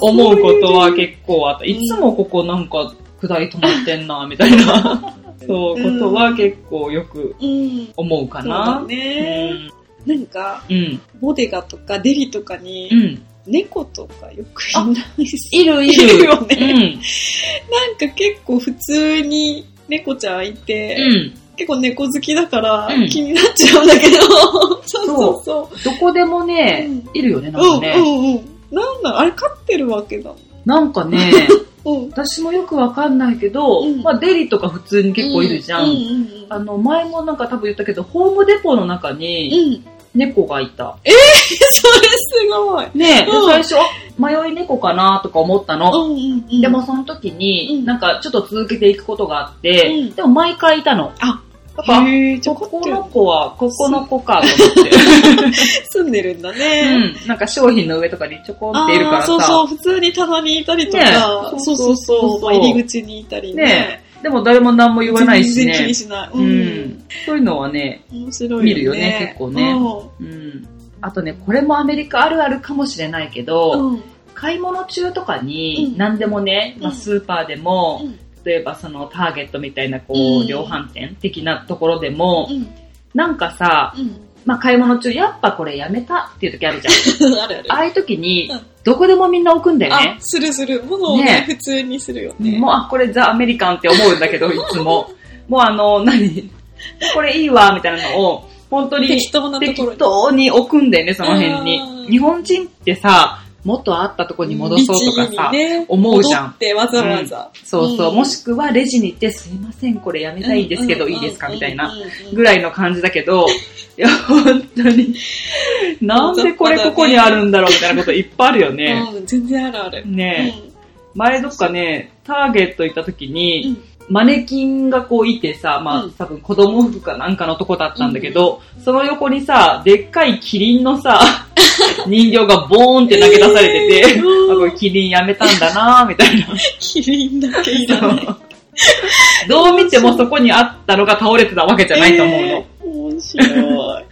[SPEAKER 1] 思うことは結構あった。
[SPEAKER 2] ん
[SPEAKER 1] いつもここなんか、下り止まってんな、みたい な、そう、ことは結構よく
[SPEAKER 2] うん。
[SPEAKER 1] 思うか
[SPEAKER 2] そう
[SPEAKER 1] な
[SPEAKER 2] だ。ね。なんか、
[SPEAKER 1] うん。
[SPEAKER 2] ボデガとかデリとか
[SPEAKER 1] う
[SPEAKER 2] に、
[SPEAKER 1] ん。
[SPEAKER 2] 猫とかよくいないし、
[SPEAKER 1] いる
[SPEAKER 2] いる よ
[SPEAKER 1] うん。
[SPEAKER 2] ね。なんか結構普通に猫ちゃんいて、
[SPEAKER 1] うん。
[SPEAKER 2] 結構猫好きだから
[SPEAKER 1] うん
[SPEAKER 2] 気になっちゃうんだけど、 そうそうそう。
[SPEAKER 1] どこでもね
[SPEAKER 2] うん、
[SPEAKER 1] いるよね、なん
[SPEAKER 2] う
[SPEAKER 1] か
[SPEAKER 2] ん
[SPEAKER 1] ね。
[SPEAKER 2] うんうん。なんだ、あれ飼ってるわけだもん。
[SPEAKER 1] なんかね、
[SPEAKER 2] うん。
[SPEAKER 1] 私もよくわかんないけど、
[SPEAKER 2] うん
[SPEAKER 1] まあデリとか普通に結構いるじゃん。
[SPEAKER 2] うんうんうん
[SPEAKER 1] あの、前もなんか多分言ったけど、ホームデポの中に
[SPEAKER 2] うん。
[SPEAKER 1] 猫がいた。
[SPEAKER 2] それすごい。
[SPEAKER 1] ねえ、で
[SPEAKER 2] うん
[SPEAKER 1] 最初、あ迷い猫かなとか思ったの。
[SPEAKER 2] うんうんうん。
[SPEAKER 1] でも、その時に、
[SPEAKER 2] うん
[SPEAKER 1] なんかちょっと続けていくことがあって、
[SPEAKER 2] うん
[SPEAKER 1] でも毎回いたの。
[SPEAKER 2] あ、
[SPEAKER 1] やっぱ、
[SPEAKER 2] へーじゃあ飼
[SPEAKER 1] こ
[SPEAKER 2] っ
[SPEAKER 1] こ
[SPEAKER 2] てる
[SPEAKER 1] の子は、ここの子かと思って。
[SPEAKER 2] 住んでるんだね。
[SPEAKER 1] うん。なんか商品の上とかにちょこんっているから
[SPEAKER 2] あ
[SPEAKER 1] さ。
[SPEAKER 2] ーそうそう、普通に棚にいたりと
[SPEAKER 1] ね
[SPEAKER 2] か、
[SPEAKER 1] そ
[SPEAKER 2] そう
[SPEAKER 1] そ
[SPEAKER 2] うそうう
[SPEAKER 1] そう
[SPEAKER 2] そう、まあ入り口にいたりね。
[SPEAKER 1] ねでも誰も何も言わないし
[SPEAKER 2] 全然気
[SPEAKER 1] ね
[SPEAKER 2] に。しない。
[SPEAKER 1] う
[SPEAKER 2] うんん。。
[SPEAKER 1] そういうのはね、
[SPEAKER 2] 面白いよね。
[SPEAKER 1] 見るよね結構ね
[SPEAKER 2] う
[SPEAKER 1] うん。あとね、これもアメリカあるあるかもしれないけど、
[SPEAKER 2] ん。うん。
[SPEAKER 1] 買い物中とかに
[SPEAKER 2] う、ん
[SPEAKER 1] 何でもね、まあ、
[SPEAKER 2] うん
[SPEAKER 1] スーパーでも、
[SPEAKER 2] うん
[SPEAKER 1] 例えばそのターゲットみたいなこ
[SPEAKER 2] う
[SPEAKER 1] う、
[SPEAKER 2] ん
[SPEAKER 1] 量販店的なところでも
[SPEAKER 2] う、ん
[SPEAKER 1] なんかさ、
[SPEAKER 2] う
[SPEAKER 1] まあ、買い物中、やっぱこれやめたっていう時あるじゃん。
[SPEAKER 2] んあるある
[SPEAKER 1] ああいう時に
[SPEAKER 2] うん、
[SPEAKER 1] どこでもみんな置くんだよ
[SPEAKER 2] あ
[SPEAKER 1] ね、。
[SPEAKER 2] するする。ものをね、
[SPEAKER 1] ね
[SPEAKER 2] 普通にするよね。
[SPEAKER 1] もう、あ、これザ・アメリカンって思うんだけど、いつ も。もうあの、何これいいわ、みたいなのを、本当に
[SPEAKER 2] 適当なところ
[SPEAKER 1] 適当に置くんだよね、その辺
[SPEAKER 2] う
[SPEAKER 1] に
[SPEAKER 2] ん。
[SPEAKER 1] 日本人ってさ、もっとあったとこに戻そうとかさ、
[SPEAKER 2] 律儀にね
[SPEAKER 1] 思うじゃん
[SPEAKER 2] 戻ってわざわざ。
[SPEAKER 1] そうそう、
[SPEAKER 2] うん
[SPEAKER 1] もしくはレジに行って、すいません、これやめたいんですけど、
[SPEAKER 2] うん
[SPEAKER 1] いいですかみたいな、
[SPEAKER 2] うんうんうん
[SPEAKER 1] ぐらいの感じだけ ど、いや、本当に、なんでこれここにあるんだろうみたいなこといっぱいあるよね。
[SPEAKER 2] うん全然あるある。
[SPEAKER 1] ね前どっかね、ターゲット行った時
[SPEAKER 2] うん
[SPEAKER 1] に、マネキンがこういてさ、まあ、
[SPEAKER 2] うん
[SPEAKER 1] 多分子供服かなんかのとこだったんだけど、その横にさ、でっかいキリンのさ、 人形がボーンって投げ出されてて、
[SPEAKER 2] えー
[SPEAKER 1] あ、これキリンやめたんだなみたいな。
[SPEAKER 2] キリンだけいらない。
[SPEAKER 1] どう見てもそこにあったのが倒れてたわけじゃないと思 うの。
[SPEAKER 2] えー面白い。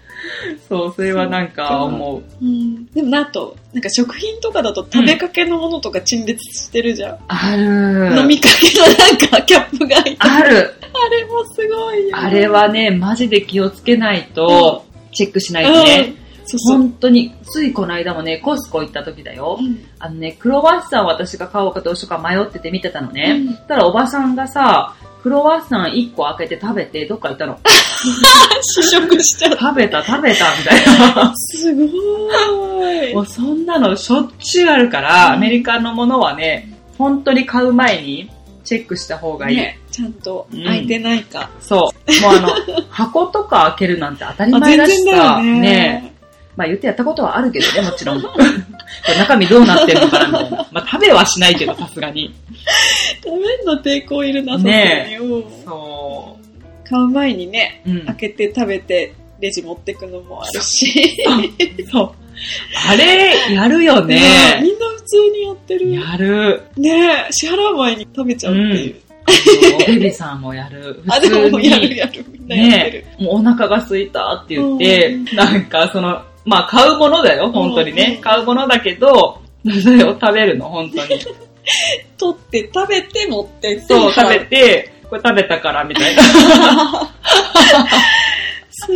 [SPEAKER 1] そう、それはなんか思う。
[SPEAKER 2] うん、でもな、あと、なんか食品とかだと食べかけのものとか陳列してるじゃん。
[SPEAKER 1] あ
[SPEAKER 2] 飲
[SPEAKER 1] る。
[SPEAKER 2] みかけのなんかキャップが開いて。
[SPEAKER 1] ある。
[SPEAKER 2] あれもすごいよ。
[SPEAKER 1] あれはね、マジで気をつけないと、チェックしないとね。
[SPEAKER 2] うん。そうそう。
[SPEAKER 1] 本当に、ついこの間もね、コスコ行った時だよ。あのね、クロワッサンを私が買おうかどうしようか迷ってて見てたのね。
[SPEAKER 2] う
[SPEAKER 1] そ
[SPEAKER 2] ん
[SPEAKER 1] したらおばさんがさ、クロワッサン1個開けて食べて、どっか行ったの。
[SPEAKER 2] 試食しちゃった。
[SPEAKER 1] 食べた、食べた、みた いな。
[SPEAKER 2] すごい。
[SPEAKER 1] もうそんなのしょっちゅうあるから、
[SPEAKER 2] うん
[SPEAKER 1] アメリカのものはね、本当に買う前にチェックした方がいい。
[SPEAKER 2] ね、ちゃんと開いてないか。
[SPEAKER 1] そう。もうあの、 箱とか開けるなんて当たり
[SPEAKER 2] あ
[SPEAKER 1] 前
[SPEAKER 2] 全
[SPEAKER 1] だし
[SPEAKER 2] 然だ
[SPEAKER 1] さ、
[SPEAKER 2] よ
[SPEAKER 1] ね
[SPEAKER 2] ね。
[SPEAKER 1] まあ言ってやったことはあるけどね、もちろん。 これ中身どうなってるのかなみたいな。まあ食べはしないけど、さすがに。
[SPEAKER 2] 食べるの抵抗いるな、さすが
[SPEAKER 1] ね
[SPEAKER 2] に。うん
[SPEAKER 1] そ
[SPEAKER 2] 買う前にね、
[SPEAKER 1] う。うん
[SPEAKER 2] 開。けて食べて、レジ持ってくのもあるし。
[SPEAKER 1] そう。あれ、やるよ
[SPEAKER 2] ね
[SPEAKER 1] ね。
[SPEAKER 2] みんな普通にやってる。
[SPEAKER 1] やる。
[SPEAKER 2] ねえ、支払う前に食べちゃうっていう。
[SPEAKER 1] そうベビさんもやる。
[SPEAKER 2] あ、
[SPEAKER 1] 普
[SPEAKER 2] でも
[SPEAKER 1] 通
[SPEAKER 2] もうやる
[SPEAKER 1] に。
[SPEAKER 2] やる、みんなやってる。
[SPEAKER 1] ねもうお腹が空いたって言って、
[SPEAKER 2] うん
[SPEAKER 1] なんかその、まあ買うものだよ、本当にね。
[SPEAKER 2] うん
[SPEAKER 1] 買うものだけど、 それを食べるの、本当 に。
[SPEAKER 2] 取って食べて持ってって。
[SPEAKER 1] そう、食べて、これ食べたからみたい な。
[SPEAKER 2] す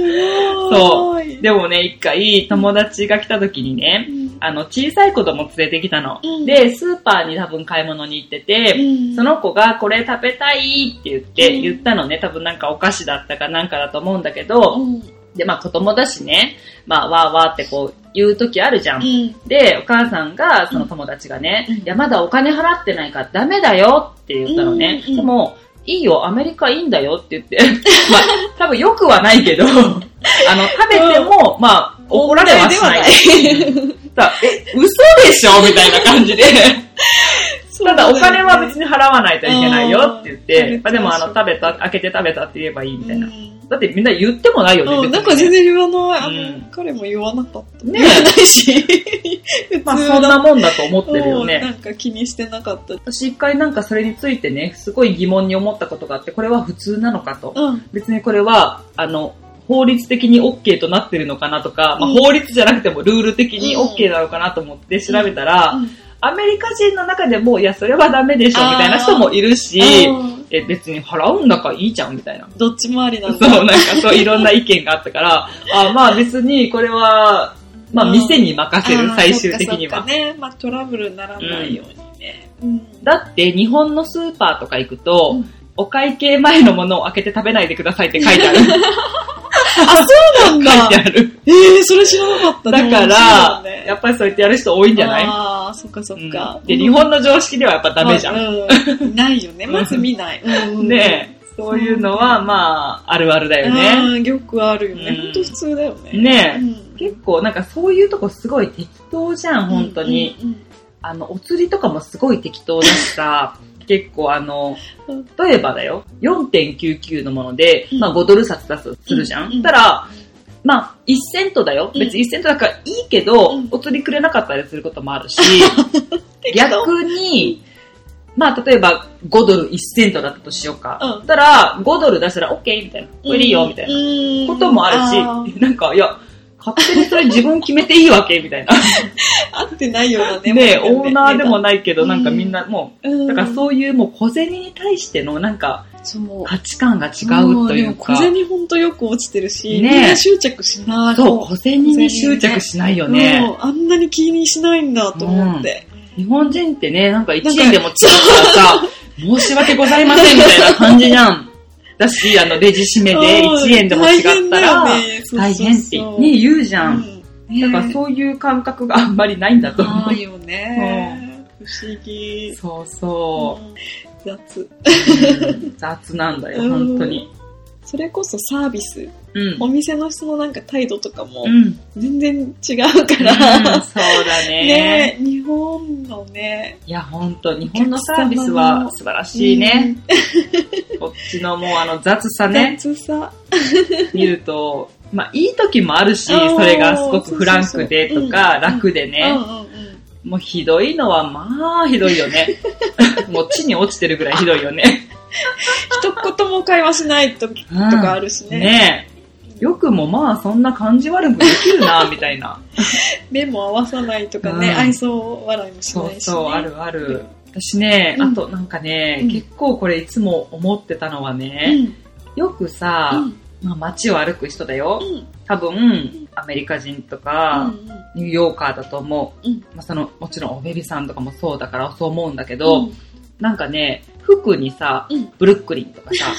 [SPEAKER 2] ご
[SPEAKER 1] そ
[SPEAKER 2] い。
[SPEAKER 1] でもね、一回友達が来た時にね、
[SPEAKER 2] うん、
[SPEAKER 1] あの、小さい子供連れてきたの。
[SPEAKER 2] うん
[SPEAKER 1] で、スーパーに多分買い物に行ってて、
[SPEAKER 2] うん
[SPEAKER 1] そ、の子がこれ食べたいって言って、
[SPEAKER 2] うん
[SPEAKER 1] 言ったのね、多分なんかお菓子だったかなんかだと思うんだけど、
[SPEAKER 2] うん。
[SPEAKER 1] で、まあ子供だしね、まあわーわーってこう言う時あるじゃん。
[SPEAKER 2] うん
[SPEAKER 1] で、お母さんが、その友達がね、
[SPEAKER 2] うん
[SPEAKER 1] いや、まだお金払ってないからダメだよって言ったのね。
[SPEAKER 2] うんうん
[SPEAKER 1] でも、いいよ、アメリカいいんだよって言って。 まあ、多分良くはないけど、あ の、食べても、まあ、怒られはしない。 さえ、嘘でしょみたいな感じで。ただ、お金は別に払わないといけないよって言って、
[SPEAKER 2] うん
[SPEAKER 1] まあでも、あの、食べた、開けて食べたって言えばいいみたいな。
[SPEAKER 2] うん
[SPEAKER 1] だってみんな言ってもないよね、
[SPEAKER 2] うん、
[SPEAKER 1] 別
[SPEAKER 2] なん
[SPEAKER 1] に
[SPEAKER 2] か全然言わない。あの、
[SPEAKER 1] うん
[SPEAKER 2] 彼も言わなかった。
[SPEAKER 1] ね
[SPEAKER 2] 言わないし。普 通
[SPEAKER 1] まあ、
[SPEAKER 2] だ
[SPEAKER 1] そんなもんだと思ってるよね。
[SPEAKER 2] うんなんか気にしてなかった。
[SPEAKER 1] 私一回なんかそれについてね、すごい疑問に思ったことがあって、これは普通なのかと。
[SPEAKER 2] うん。
[SPEAKER 1] 別にこれは、あの、法律的に OK となってるのかなとか、まあ、
[SPEAKER 2] うん
[SPEAKER 1] 法律じゃなくてもルール的に
[SPEAKER 2] うん
[SPEAKER 1] OK なのかなと思って調べたら、
[SPEAKER 2] うん
[SPEAKER 1] アメリカ人の中でも、いや、それはダメでしょ、みたいな人もいるし、
[SPEAKER 2] うん
[SPEAKER 1] え、別に払うんだからいいじゃん、みたいな。
[SPEAKER 2] どっち回りなん
[SPEAKER 1] そう、
[SPEAKER 2] だ。
[SPEAKER 1] なんかそう、いろんな意見があったから、あまあ別にこれは、まあ店に任せる、
[SPEAKER 2] あー
[SPEAKER 1] 最終的に
[SPEAKER 2] そっ
[SPEAKER 1] は
[SPEAKER 2] か。そっかね。まあトラブルにならないようにね。うん
[SPEAKER 1] だって日本のスーパーとか行くと、
[SPEAKER 2] うん
[SPEAKER 1] お会計前のものを開けて食べないでくださいって書いて ある。書い
[SPEAKER 2] あ、そうなん
[SPEAKER 1] て
[SPEAKER 2] だ。
[SPEAKER 1] ある。
[SPEAKER 2] えー、それ知らなかった。
[SPEAKER 1] だか
[SPEAKER 2] で
[SPEAKER 1] ら、
[SPEAKER 2] もそうだ
[SPEAKER 1] や
[SPEAKER 2] よね
[SPEAKER 1] っぱりそうやってやる人多いんじゃない
[SPEAKER 2] ああ、そっかそっか
[SPEAKER 1] うん。で、日本の常識ではやっぱダメじゃん。
[SPEAKER 2] うんうんないよね。まず見ない。うん
[SPEAKER 1] ねえ、そういうのは、まあ、あるあるだよね。
[SPEAKER 2] うん、よくあるよ
[SPEAKER 1] う
[SPEAKER 2] ね。
[SPEAKER 1] ん
[SPEAKER 2] ほんと普通だよね。
[SPEAKER 1] ねえ
[SPEAKER 2] うん
[SPEAKER 1] 結構なんかそういうとこすごい適当じゃん、本当に。。
[SPEAKER 2] うんうんうん
[SPEAKER 1] あの、お釣りとかもすごい適当だし さ、結構あの
[SPEAKER 2] うん、
[SPEAKER 1] 例えばだよ、4.99のもので、
[SPEAKER 2] うん
[SPEAKER 1] まあ5ドル札出す、するじゃ。
[SPEAKER 2] うんんうん
[SPEAKER 1] たら、まあ1セントだよ。
[SPEAKER 2] うん
[SPEAKER 1] 別に1セントだからいいけど、
[SPEAKER 2] うん
[SPEAKER 1] お釣りくれなかったりすることもあるし、
[SPEAKER 2] 適当
[SPEAKER 1] 逆に、まあ例えば5ドル1セントだったとしようか。
[SPEAKER 2] うん
[SPEAKER 1] そしたら、5ドル出したら OK みたいな。これでいいよ、みたいな。
[SPEAKER 2] な
[SPEAKER 1] こともあるし、なんか、いや、勝手にそれ自分決めていいわけみたいな。
[SPEAKER 2] 合ってないような ね。
[SPEAKER 1] ね
[SPEAKER 2] も
[SPEAKER 1] オ
[SPEAKER 2] う
[SPEAKER 1] ーナーでも
[SPEAKER 2] ね
[SPEAKER 1] ないけど、
[SPEAKER 2] うん
[SPEAKER 1] なんかみんなも
[SPEAKER 2] うん
[SPEAKER 1] う、だからそういうもう小銭に対してのなんか
[SPEAKER 2] そう。
[SPEAKER 1] 価値観が違うとい
[SPEAKER 2] ん
[SPEAKER 1] う
[SPEAKER 2] でも小
[SPEAKER 1] か、
[SPEAKER 2] 銭ほんとよく落ちてるし、
[SPEAKER 1] ね
[SPEAKER 2] みんな執着しない。
[SPEAKER 1] そう、小銭に執着しないよね。
[SPEAKER 2] うんあんなに気にしないんだと思って。
[SPEAKER 1] 日本人ってね、なんか1円でも違ったらさ、申し訳ございませんみたいな感じじゃん。だし、あの、レジ締めで1円でも違ったら、大変ってね、言うじゃん。だから
[SPEAKER 2] う
[SPEAKER 1] そういう感覚があんまりないんだと思
[SPEAKER 2] な
[SPEAKER 1] う
[SPEAKER 2] い。よね。不思議。
[SPEAKER 1] そうそ
[SPEAKER 2] うん雑。
[SPEAKER 1] う。うん雑なんだよ、
[SPEAKER 2] うん
[SPEAKER 1] 本当に。
[SPEAKER 2] それこそサービス。
[SPEAKER 1] うん。
[SPEAKER 2] お店の人のなんか態度とかも
[SPEAKER 1] うん。
[SPEAKER 2] 全然違うか
[SPEAKER 1] うん
[SPEAKER 2] ら。
[SPEAKER 1] そうだね。
[SPEAKER 2] ね日本のね。
[SPEAKER 1] いや、本当日本のサービスは素晴らしいね。こっちのもうあの雑さ
[SPEAKER 2] うん。
[SPEAKER 1] ね、
[SPEAKER 2] 雑さ。
[SPEAKER 1] 見ると、まあいい時もあるし、
[SPEAKER 2] あー
[SPEAKER 1] それがすごくフランクで
[SPEAKER 2] そうそうそう
[SPEAKER 1] とか
[SPEAKER 2] うん
[SPEAKER 1] 楽で
[SPEAKER 2] う
[SPEAKER 1] ね、
[SPEAKER 2] んうんうん。
[SPEAKER 1] もうひどいのはまあひどいよ ね。もう地に落ちてるぐらいひどいよね。
[SPEAKER 2] 一言も会話しない時とかある しね。
[SPEAKER 1] ねえ。よくもまあそんな感じ悪くできる な、みたいな。
[SPEAKER 2] 目も合わさないとかね、
[SPEAKER 1] うん
[SPEAKER 2] 愛想笑いもし
[SPEAKER 1] そ
[SPEAKER 2] な
[SPEAKER 1] う
[SPEAKER 2] いし、ね。
[SPEAKER 1] そう、あ。るある。私ね、
[SPEAKER 2] うん
[SPEAKER 1] あとなんかね、
[SPEAKER 2] うん
[SPEAKER 1] 結構これいつも思ってたのは
[SPEAKER 2] う
[SPEAKER 1] ね、
[SPEAKER 2] ん。
[SPEAKER 1] よくさ、まあ、街を歩く人だよ
[SPEAKER 2] う。ん。
[SPEAKER 1] 多分、アメリカ人とか、ニューヨーカーだと思う。
[SPEAKER 2] うん
[SPEAKER 1] まあ、その、もちろんおべりさんとかもそうだからそう思うんだけ
[SPEAKER 2] う
[SPEAKER 1] ど、
[SPEAKER 2] ん
[SPEAKER 1] なんかね、服にさ、
[SPEAKER 2] うん
[SPEAKER 1] ブルックリンとか さ、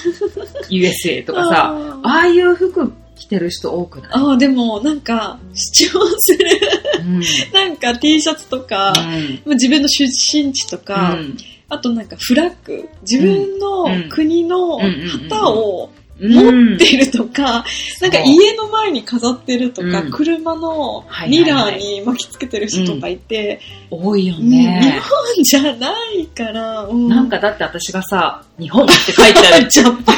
[SPEAKER 1] USA とかさ、
[SPEAKER 2] あー
[SPEAKER 1] ああいう服着てる人多くない、
[SPEAKER 2] あー、でも、なんか、主張する。
[SPEAKER 1] うん、
[SPEAKER 2] なんか T シャツとか、
[SPEAKER 1] うん
[SPEAKER 2] まあ自分の出身地とか、
[SPEAKER 1] うん
[SPEAKER 2] あとなんかフラッグ、自分の
[SPEAKER 1] うん
[SPEAKER 2] 国の旗
[SPEAKER 1] う
[SPEAKER 2] を
[SPEAKER 1] ん
[SPEAKER 2] 持ってるとか、なんか家の前に飾ってるとか、
[SPEAKER 1] うん
[SPEAKER 2] 車の
[SPEAKER 1] はい
[SPEAKER 2] ミ
[SPEAKER 1] はい
[SPEAKER 2] ラ
[SPEAKER 1] はい
[SPEAKER 2] ーに巻きつけてる人とかいて、
[SPEAKER 1] 多いよ
[SPEAKER 2] うん
[SPEAKER 1] ね。
[SPEAKER 2] 日本じゃないから、う
[SPEAKER 1] なんかだって私がさ、日本って書いてあるジャ パン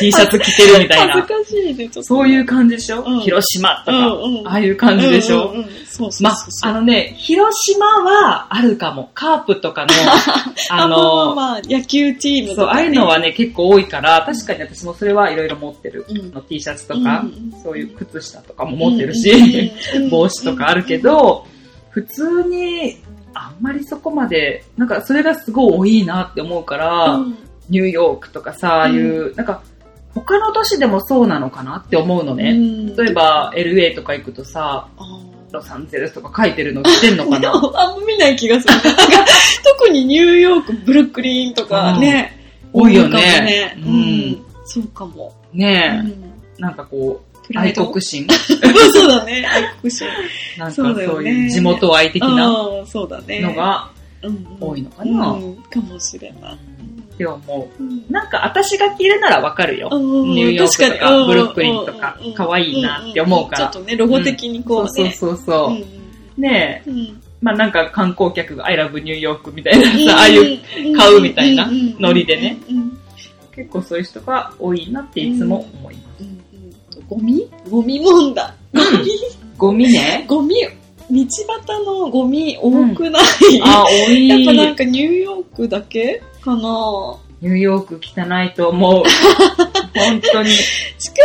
[SPEAKER 1] T シャツ着てるみたい
[SPEAKER 2] 恥ず
[SPEAKER 1] な。
[SPEAKER 2] かしいね、ちょっと。
[SPEAKER 1] そういう感じでしょ、
[SPEAKER 2] うん
[SPEAKER 1] 広島とか、
[SPEAKER 2] うんうん
[SPEAKER 1] ああいう感じでしょ、
[SPEAKER 2] うんうんうんそうそうそう
[SPEAKER 1] まあ、あのね、広島はあるかも。カープと かの、あ
[SPEAKER 2] まあまあ
[SPEAKER 1] の、
[SPEAKER 2] まあ、野球チームとか、
[SPEAKER 1] そ
[SPEAKER 2] ね。
[SPEAKER 1] う、ああいうのはね、結構多いから、確かに私もそれはいろいろ持ってる。
[SPEAKER 2] うん
[SPEAKER 1] あの T シャツとか、
[SPEAKER 2] うんうんうん
[SPEAKER 1] そういう靴下とかも持ってるし、
[SPEAKER 2] うんうんうん
[SPEAKER 1] 帽子とかあるけ
[SPEAKER 2] うん
[SPEAKER 1] ど、普通に、あんまりそこまで、なんかそれがすごい多いなって思うから、
[SPEAKER 2] うんうん
[SPEAKER 1] ニューヨークとかさ、ああいう、なんか、他の都市でもそうなのかなって思うのね。
[SPEAKER 2] うん
[SPEAKER 1] 例えば、LA とか行くとさ、
[SPEAKER 2] あー
[SPEAKER 1] ロサンゼルスとか書いてるの着てんのか
[SPEAKER 2] で
[SPEAKER 1] な
[SPEAKER 2] もあんま見ない気がする。なんか特にニューヨーク、ブルックリンとかね、
[SPEAKER 1] 多いよ
[SPEAKER 2] かも
[SPEAKER 1] ね。
[SPEAKER 2] う。
[SPEAKER 1] うん
[SPEAKER 2] そうかも。
[SPEAKER 1] ん。
[SPEAKER 2] う
[SPEAKER 1] ね
[SPEAKER 2] ん
[SPEAKER 1] え、なんかこう、
[SPEAKER 2] プライ
[SPEAKER 1] 愛
[SPEAKER 2] ド。
[SPEAKER 1] 国 心
[SPEAKER 2] そうだね、愛国心。
[SPEAKER 1] なんか
[SPEAKER 2] そ
[SPEAKER 1] そう
[SPEAKER 2] だよね
[SPEAKER 1] ういう地元愛的な
[SPEAKER 2] あーそうだね。
[SPEAKER 1] のが
[SPEAKER 2] うんうん
[SPEAKER 1] 多いのかな
[SPEAKER 2] うんかもしれない。
[SPEAKER 1] って思
[SPEAKER 2] うん
[SPEAKER 1] う。なんか私が着るならわかるよ。
[SPEAKER 2] ニ
[SPEAKER 1] ニューヨークとかブルックリンとか可愛いなって思うから
[SPEAKER 2] ちょっとね、ロゴ的にこ
[SPEAKER 1] そううそう
[SPEAKER 2] ね。
[SPEAKER 1] そうそう。ねえ、
[SPEAKER 2] う んうん
[SPEAKER 1] まあなんか観光客が I love New York みたいな
[SPEAKER 2] うん
[SPEAKER 1] さ、ああいう、
[SPEAKER 2] ん
[SPEAKER 1] 買うみたいな
[SPEAKER 2] うんうん
[SPEAKER 1] ノリでね
[SPEAKER 2] うんうん
[SPEAKER 1] 結構そういう人が多いなっていつも思 います。
[SPEAKER 2] うんうんゴミゴミ問題。
[SPEAKER 1] ゴミね。
[SPEAKER 2] ゴミ、道端のゴミ多くない、
[SPEAKER 1] あ、多い。
[SPEAKER 2] やっぱな
[SPEAKER 1] ニ
[SPEAKER 2] んかニューヨークだけかな
[SPEAKER 1] ューヨーク汚いと思う。 本当に。
[SPEAKER 2] し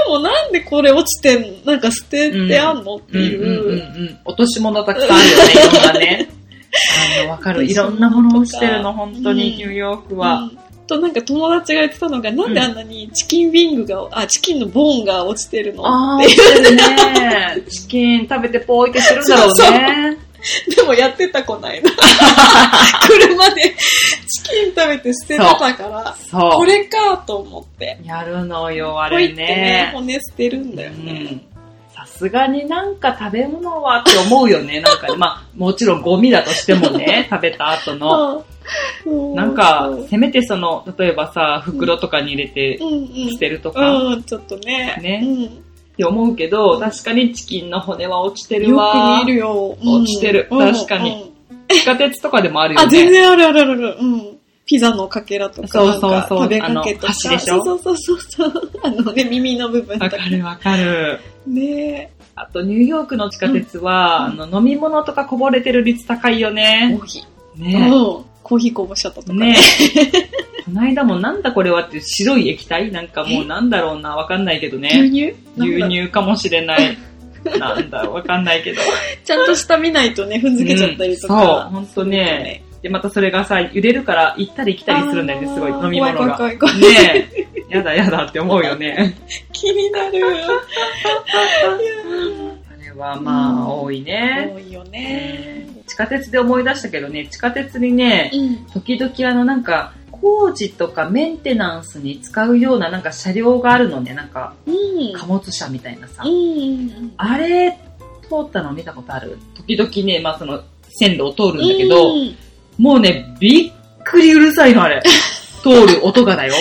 [SPEAKER 2] かもなんでこれ落ちてん、なんか捨ててあんの、って
[SPEAKER 1] うん
[SPEAKER 2] いう。
[SPEAKER 1] うんうんうん。落とし物たくさんあるよね、いろんなね。 あの、わかる。いろんなものをしてるの、本当
[SPEAKER 2] うん
[SPEAKER 1] に、ニューヨークは。
[SPEAKER 2] うんとなんか友達が言ってたのが、なんであんなにチキンウィングが、あ、チキンのボーンが落ちてるの
[SPEAKER 1] ああ、落ちてるね。チキン食べてポーイってするんだろうね。
[SPEAKER 2] でもやってたこない な。車でチキン食べて捨ててたから、こ
[SPEAKER 1] そう。
[SPEAKER 2] れかと思って。
[SPEAKER 1] やるのよ、あ
[SPEAKER 2] こうい
[SPEAKER 1] れ
[SPEAKER 2] ってね、
[SPEAKER 1] ね。
[SPEAKER 2] 骨捨てるんだ
[SPEAKER 1] う
[SPEAKER 2] よね。
[SPEAKER 1] んさすがになんか食べ物はって思うよね、なんか ね。まあ、もちろんゴミだとしてもね、食べた後の。
[SPEAKER 2] うん
[SPEAKER 1] なんか、せめてその、例えばさ、袋とかに入れて
[SPEAKER 2] うんうん
[SPEAKER 1] 捨。てるとかっ
[SPEAKER 2] うん、ちょっとね。
[SPEAKER 1] ね
[SPEAKER 2] うん
[SPEAKER 1] て思うけど、確かにチキンの骨は落ちてる
[SPEAKER 2] よ
[SPEAKER 1] わ。
[SPEAKER 2] く見るよ。うん
[SPEAKER 1] 落ちてる確かに。
[SPEAKER 2] うん
[SPEAKER 1] 地下鉄とかでもあるよね。
[SPEAKER 2] あ、全然あるあるあるある。うん。ピザのかけらとか、
[SPEAKER 1] そうそうそう
[SPEAKER 2] なんか食べかけと
[SPEAKER 1] あの
[SPEAKER 2] か。
[SPEAKER 1] 箸でしょ
[SPEAKER 2] そうそうそうそう。あのね、耳の部分と
[SPEAKER 1] わ
[SPEAKER 2] か
[SPEAKER 1] か。るわかる。
[SPEAKER 2] ね
[SPEAKER 1] あと、ニューヨークの地下鉄は、
[SPEAKER 2] うん
[SPEAKER 1] あの、飲み物とかこぼれてる率高いよ
[SPEAKER 2] コ
[SPEAKER 1] ね。
[SPEAKER 2] ーヒー。
[SPEAKER 1] ね
[SPEAKER 2] うん。コーヒーこぼしちゃったとかね
[SPEAKER 1] ね こないだもなんだこれはって白い液体なんかもうなんだろうな、わかんないけど
[SPEAKER 2] 牛
[SPEAKER 1] ね。
[SPEAKER 2] 乳
[SPEAKER 1] 牛。乳かもしれない。なんだろう、わかんないけど。
[SPEAKER 2] ちゃんと下見ないとね、踏んづけちゃったりと
[SPEAKER 1] うん
[SPEAKER 2] か。
[SPEAKER 1] そう、ほんとね。で、またそれがさ、揺れるから行ったり来たりするんだよね、すごい、飲み物が。
[SPEAKER 2] 怖い怖 い怖い怖い。
[SPEAKER 1] ねえ、やだやだって思うよね。
[SPEAKER 2] 気になる。
[SPEAKER 1] あれはまあ、多いね。
[SPEAKER 2] 多いよね。
[SPEAKER 1] 地下鉄で思い出したけどね、地下鉄にね、
[SPEAKER 2] うん。
[SPEAKER 1] 時々あのなんか、工事とかメンテナンスに使うようななんか車両があるのね、なんか
[SPEAKER 2] うん。
[SPEAKER 1] 貨物車みたいなさ
[SPEAKER 2] う。ん。
[SPEAKER 1] あれ、通ったの見たことある時々ね、まあその線路を通るんだけど、
[SPEAKER 2] うん
[SPEAKER 1] もうね、びっくりうるさいの、 あれ。通る音がだよ。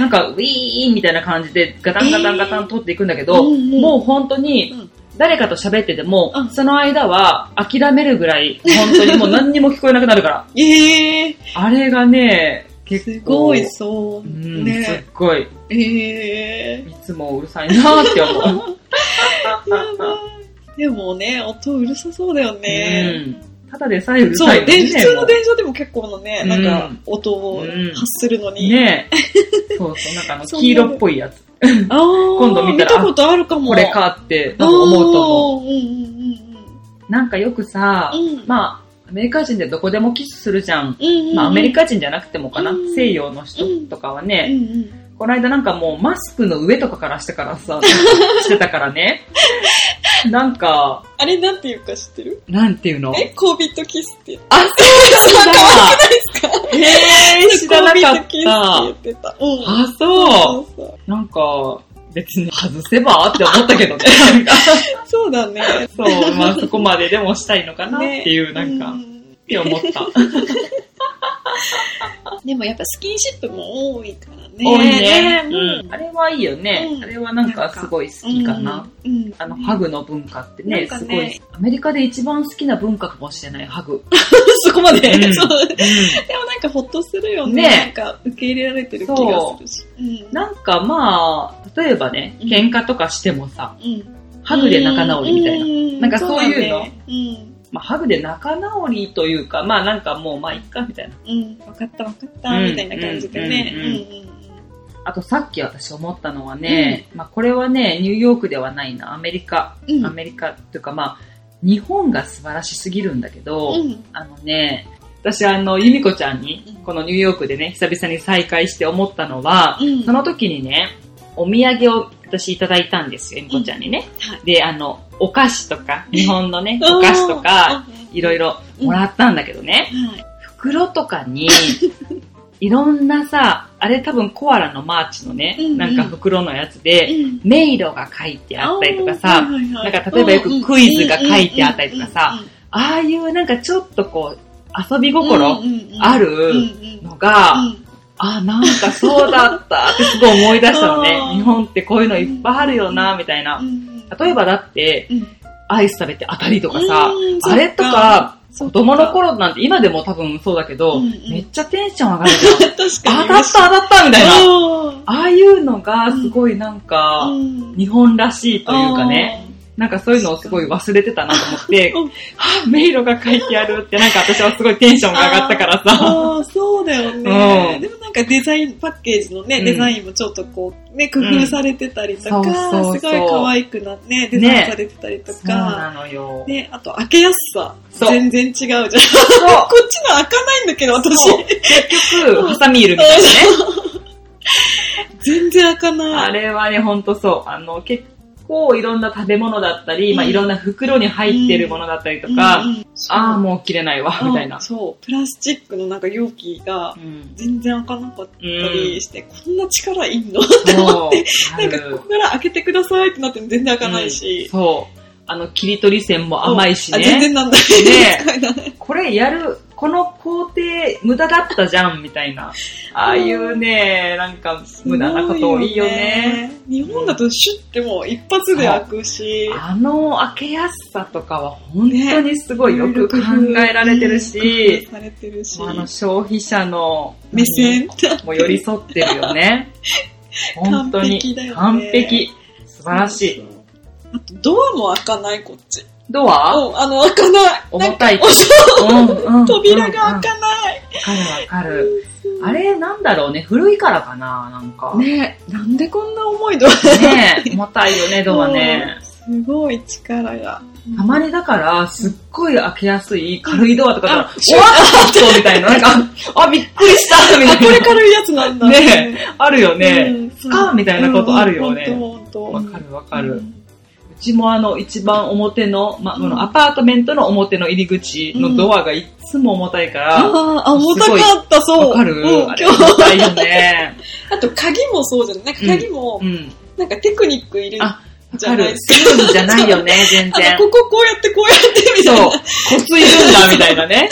[SPEAKER 1] なんか、ウィーンみたいな感じで、ガタンガタンガタン通っていくんだけど、
[SPEAKER 2] うんうん
[SPEAKER 1] もう本当に
[SPEAKER 2] うん、
[SPEAKER 1] 誰かと喋ってても、
[SPEAKER 2] うん
[SPEAKER 1] その間は諦めるぐらい、本当に もう何にも聞こえなくなるから。
[SPEAKER 2] ええ
[SPEAKER 1] あれがね、結構。
[SPEAKER 2] すごい、そ
[SPEAKER 1] う
[SPEAKER 2] う。
[SPEAKER 1] ん、すっ
[SPEAKER 2] ね
[SPEAKER 1] ごい。
[SPEAKER 2] ええ
[SPEAKER 1] いつもうるさいなって 思う。
[SPEAKER 2] やばい。でもね、音うるさそうだよね。
[SPEAKER 1] うん、ただでさえうる
[SPEAKER 2] そ、
[SPEAKER 1] さいうよ
[SPEAKER 2] で
[SPEAKER 1] ね。
[SPEAKER 2] 普通の
[SPEAKER 1] も
[SPEAKER 2] 電車でも結構のね、なんか
[SPEAKER 1] うん
[SPEAKER 2] 音を
[SPEAKER 1] うん
[SPEAKER 2] 発するの
[SPEAKER 1] う
[SPEAKER 2] に。
[SPEAKER 1] ねえ。そうそう、なんかあの、
[SPEAKER 2] そんな
[SPEAKER 1] 黄色っぽいやつ。
[SPEAKER 2] あー
[SPEAKER 1] 今度見たら
[SPEAKER 2] ことあるかも。
[SPEAKER 1] これかって、なんか思うと思う。
[SPEAKER 2] あーうん
[SPEAKER 1] なんかよくさ、
[SPEAKER 2] うんうんうん。あ、
[SPEAKER 1] まあ、アメリカ人でどこでもキスするじゃん。
[SPEAKER 2] うんうんうん
[SPEAKER 1] まあ、アメリカ人じゃなくてもかな。
[SPEAKER 2] うん
[SPEAKER 1] 西洋の人とかは
[SPEAKER 2] うんう
[SPEAKER 1] ね、
[SPEAKER 2] ん。
[SPEAKER 1] この間なんかもうマスクの上とかからしてから さ、してたからね。なんか、
[SPEAKER 2] あれなんていうか知ってる
[SPEAKER 1] なんていうの
[SPEAKER 2] え、コービットキスって言って。
[SPEAKER 1] あ、そうなんだえー、知らなかっ
[SPEAKER 2] コービ
[SPEAKER 1] た
[SPEAKER 2] ット。キスって言ってた。うん。
[SPEAKER 1] あ、そう
[SPEAKER 2] そう
[SPEAKER 1] う。なんか、別に外せばって思ったけどね。なんか
[SPEAKER 2] そうそうだね。
[SPEAKER 1] そう、まあそこまででもしたいのかなっていう、なんか、
[SPEAKER 2] う
[SPEAKER 1] っ。て思った。
[SPEAKER 2] でもやっぱスキンシップも多いからね。
[SPEAKER 1] 多いね。
[SPEAKER 2] う
[SPEAKER 1] うん
[SPEAKER 2] ん。
[SPEAKER 1] あれはいいよね。
[SPEAKER 2] うん
[SPEAKER 1] あれはなんかすごい好きかな。
[SPEAKER 2] うん。うん。
[SPEAKER 1] あの、ハグの文化って
[SPEAKER 2] な
[SPEAKER 1] ね、
[SPEAKER 2] んか
[SPEAKER 1] す
[SPEAKER 2] ね
[SPEAKER 1] ごい。アメリカで一番好きな文化かもしれない、ハグ。
[SPEAKER 2] そこまで。
[SPEAKER 1] うん
[SPEAKER 2] そうでもなんかほっとするよね。
[SPEAKER 1] ね
[SPEAKER 2] なんか受け入れられてる気がするし。うん。
[SPEAKER 1] なんかまあ、例えばね、
[SPEAKER 2] うん
[SPEAKER 1] 喧嘩とかしてもさ、
[SPEAKER 2] うん。
[SPEAKER 1] ハグで仲直りみたいな。な
[SPEAKER 2] な
[SPEAKER 1] んかそういうの
[SPEAKER 2] うん。
[SPEAKER 1] まあ、ハグで仲直りというか、まあなんかもう、まあいっか、みたいな。
[SPEAKER 2] うん、わかったわかった、
[SPEAKER 1] うん
[SPEAKER 2] みたいな感じでね。
[SPEAKER 1] うん
[SPEAKER 2] う
[SPEAKER 1] あとさっき私思ったのはね、まあこれはね、ニューヨークではないな、アメリカ。
[SPEAKER 2] んうんうん。
[SPEAKER 1] アメリカというかまあ、日本が素晴らしすぎるんだけど、
[SPEAKER 2] うん。
[SPEAKER 1] あのね、私あの、ゆみこちゃんに
[SPEAKER 2] うん、
[SPEAKER 1] このニューヨークでね、久々に再会して思ったのは、
[SPEAKER 2] うん
[SPEAKER 1] その時にね、お土産を私いただいたんですよ、ゆみこちゃんにね。
[SPEAKER 2] は
[SPEAKER 1] で、あの、お菓子とか、日本のね、お菓子とか、、いろい
[SPEAKER 2] ろ。
[SPEAKER 1] ろもらったんだけどね、
[SPEAKER 2] はい。
[SPEAKER 1] 袋とか に、いろんなさ、あれ多分コアラのマーチのね、
[SPEAKER 2] うんうん
[SPEAKER 1] なんか袋のやつで、
[SPEAKER 2] うん
[SPEAKER 1] 迷路が書いてあったりとか
[SPEAKER 2] あ
[SPEAKER 1] さ
[SPEAKER 2] ー、はいはい
[SPEAKER 1] なんか例えばよくクイズが書いてあったりとかさ、ああいうなんかちょっとこう、遊び心あるのが、あ、なんかそうだ ったってすごい思い出したの
[SPEAKER 2] あ
[SPEAKER 1] ね。
[SPEAKER 2] ー
[SPEAKER 1] 日本ってこういうのいっぱいあるよな、みたいな。例えばだって、アイス食べて当たりとかさ、あれとか、子
[SPEAKER 2] 子
[SPEAKER 1] 供の頃なんて今でも多分そうだけど、
[SPEAKER 2] うんうん
[SPEAKER 1] めっちゃテンション上がるじゃん。
[SPEAKER 2] 確か
[SPEAKER 1] 当
[SPEAKER 2] に
[SPEAKER 1] たった当たったみたいな。
[SPEAKER 2] あ
[SPEAKER 1] ああいうのがすごいなんか、
[SPEAKER 2] ー
[SPEAKER 1] 日本らしいというかね、なんかそういうのをすごい忘れてたなと思って
[SPEAKER 2] うん、
[SPEAKER 1] はぁ、迷路が書いてあるってなんか私はすごいテンションが上がったから
[SPEAKER 2] あ
[SPEAKER 1] さ。
[SPEAKER 2] ーあーそうだよ
[SPEAKER 1] う
[SPEAKER 2] ね
[SPEAKER 1] ん
[SPEAKER 2] でもなんかデザインパッケージのね、
[SPEAKER 1] うん
[SPEAKER 2] デザインもちょっとこうね工夫されてたりとか、
[SPEAKER 1] うんそうそうそう
[SPEAKER 2] すごい可愛くなねデザインされてたりと
[SPEAKER 1] そう
[SPEAKER 2] か、
[SPEAKER 1] なのよ。
[SPEAKER 2] ねあと開けやすさ
[SPEAKER 1] そう
[SPEAKER 2] 全然違うじゃん こっち
[SPEAKER 1] そう
[SPEAKER 2] の開かないんだけど私
[SPEAKER 1] そう結局、ハサミいるみたいなね。
[SPEAKER 2] 全然開か
[SPEAKER 1] あ
[SPEAKER 2] ない
[SPEAKER 1] れはね、ほんとそう。あの、結構いろんな食べ物だったり、
[SPEAKER 2] うん
[SPEAKER 1] まあいろんな袋に入ってるものだったりとか、
[SPEAKER 2] うんうんそう
[SPEAKER 1] ああ、もう切れないわ、みたい
[SPEAKER 2] あ
[SPEAKER 1] な。
[SPEAKER 2] そうプラスチックのなんか容器が
[SPEAKER 1] うん。
[SPEAKER 2] 全然開かなかった
[SPEAKER 1] うん
[SPEAKER 2] りして、こんな力いんの
[SPEAKER 1] そう。あ
[SPEAKER 2] なん
[SPEAKER 1] る
[SPEAKER 2] かここから開けてくださいってなっても全然開かないし、
[SPEAKER 1] うんそう。あの、切り取り線も甘いし
[SPEAKER 2] あ全
[SPEAKER 1] ね。
[SPEAKER 2] 然なんだ。
[SPEAKER 1] ね
[SPEAKER 2] 使えない
[SPEAKER 1] これやる、この工程無駄だったじゃん、みたいな。ああいうね、なんか無駄なこと多いよね。。
[SPEAKER 2] 日本だとシュッてもう一発で開くし。
[SPEAKER 1] あの開けやすさとかは本当にすごいよく考えられてる
[SPEAKER 2] うん
[SPEAKER 1] し、
[SPEAKER 2] 工夫されてるし。
[SPEAKER 1] あの消費者の
[SPEAKER 2] 目線
[SPEAKER 1] も寄り添ってるよね。本当に
[SPEAKER 2] 完璧だよね
[SPEAKER 1] 完璧。素晴らしい。。
[SPEAKER 2] あと、ドアも開かない、こっち。
[SPEAKER 1] ドア
[SPEAKER 2] うんあの、開かない。
[SPEAKER 1] 重たい
[SPEAKER 2] なんか
[SPEAKER 1] うんうん
[SPEAKER 2] 扉が
[SPEAKER 1] うん
[SPEAKER 2] 開かない。
[SPEAKER 1] わかるわかる。あれ、なんだろうね。古いからかな、なんか。ね
[SPEAKER 2] ねなんでこんな重いドア
[SPEAKER 1] え、重たいよね、ドアね。
[SPEAKER 2] すすごい力が。
[SPEAKER 1] たまにだから、すっごい開けやすい軽いドアとかから、おわっ
[SPEAKER 2] あシュッ
[SPEAKER 1] とみた いな、なんか、 あ、びっくりしたみ
[SPEAKER 2] あ、こ
[SPEAKER 1] た
[SPEAKER 2] れ
[SPEAKER 1] いな。
[SPEAKER 2] 軽いやつなんだ。
[SPEAKER 1] ねあるよ
[SPEAKER 2] う
[SPEAKER 1] ね。
[SPEAKER 2] ん
[SPEAKER 1] スカーみたいなことあるよね
[SPEAKER 2] うんほんとほ
[SPEAKER 1] わ
[SPEAKER 2] んと
[SPEAKER 1] かるわかる。うちもあの、一番表の、ま、あの、アパートメントの表の入り口のドアがいつも重たいから、わ、
[SPEAKER 2] ああ、重たかった、そう。
[SPEAKER 1] かる、
[SPEAKER 2] うん
[SPEAKER 1] あ
[SPEAKER 2] 今
[SPEAKER 1] れ
[SPEAKER 2] 日。
[SPEAKER 1] 重たいよ ね。
[SPEAKER 2] あと、鍵もそうじゃないなんか鍵も
[SPEAKER 1] う、ん。
[SPEAKER 2] なんかテクニックいる。
[SPEAKER 1] あわ
[SPEAKER 2] じゃ
[SPEAKER 1] か
[SPEAKER 2] な
[SPEAKER 1] る
[SPEAKER 2] いで。す
[SPEAKER 1] スムーズじゃないよね、全
[SPEAKER 2] あ
[SPEAKER 1] 然
[SPEAKER 2] の、。こここうやってこうやって みたい
[SPEAKER 1] そう
[SPEAKER 2] な。。
[SPEAKER 1] コツいるんだ、みたいな ね。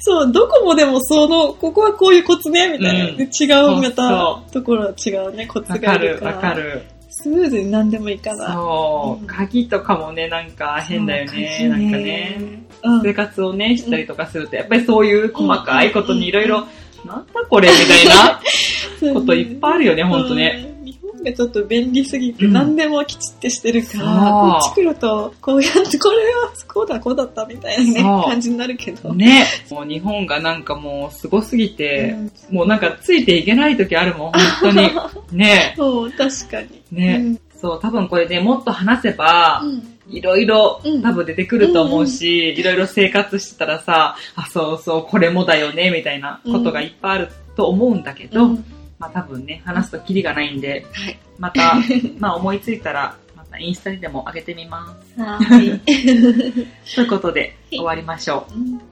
[SPEAKER 2] そう、どこもでもその、ここはこういうコツね、みたいな。
[SPEAKER 1] うん
[SPEAKER 2] で違う、ま
[SPEAKER 1] そ
[SPEAKER 2] た、ところは違うね、コツ
[SPEAKER 1] わ
[SPEAKER 2] が
[SPEAKER 1] か
[SPEAKER 2] ある
[SPEAKER 1] る、
[SPEAKER 2] から。
[SPEAKER 1] わかる。
[SPEAKER 2] スムーズに何でもいいかな。
[SPEAKER 1] そう、
[SPEAKER 2] うん
[SPEAKER 1] 鍵とかもね、なんか変だよね、
[SPEAKER 2] そう
[SPEAKER 1] な
[SPEAKER 2] 鍵
[SPEAKER 1] んかね。。
[SPEAKER 2] うん。
[SPEAKER 1] 生活をね、したりとかすると、やっぱりそういう細かいことにいろいろ、なんだこれみたいなこといっぱいあるよね、ほんとね。
[SPEAKER 2] うん。日本がちょっと便利すぎて
[SPEAKER 1] うん
[SPEAKER 2] 何でもきちってしてるから、
[SPEAKER 1] そう
[SPEAKER 2] こっち来ると、こうやって、これはこうだ、こうだったみたいなね
[SPEAKER 1] そう、
[SPEAKER 2] 感じになるけど。
[SPEAKER 1] ね。もう日本がなんかもうすごすぎて
[SPEAKER 2] う、ん
[SPEAKER 1] もうなんかついていけない時あるもん、本当に。ね。
[SPEAKER 2] そう、確かに。
[SPEAKER 1] ね
[SPEAKER 2] うん
[SPEAKER 1] そう、多分これね、もっと話せば、
[SPEAKER 2] うん
[SPEAKER 1] いろいろ
[SPEAKER 2] うん
[SPEAKER 1] 多分出てくると思うし、いろいろ生活してたらさ、あ、そうそう、これもだよね、みたいなことがいっぱいあると思うんだけど、
[SPEAKER 2] うん
[SPEAKER 1] まあ多分ね、話すとキリがないんで、
[SPEAKER 2] はい
[SPEAKER 1] ま た、まあ思いついたら、またインスタにでも上げてみま
[SPEAKER 2] はい。
[SPEAKER 1] す。ということで、
[SPEAKER 2] い
[SPEAKER 1] 終わりましょ
[SPEAKER 2] うん
[SPEAKER 1] う。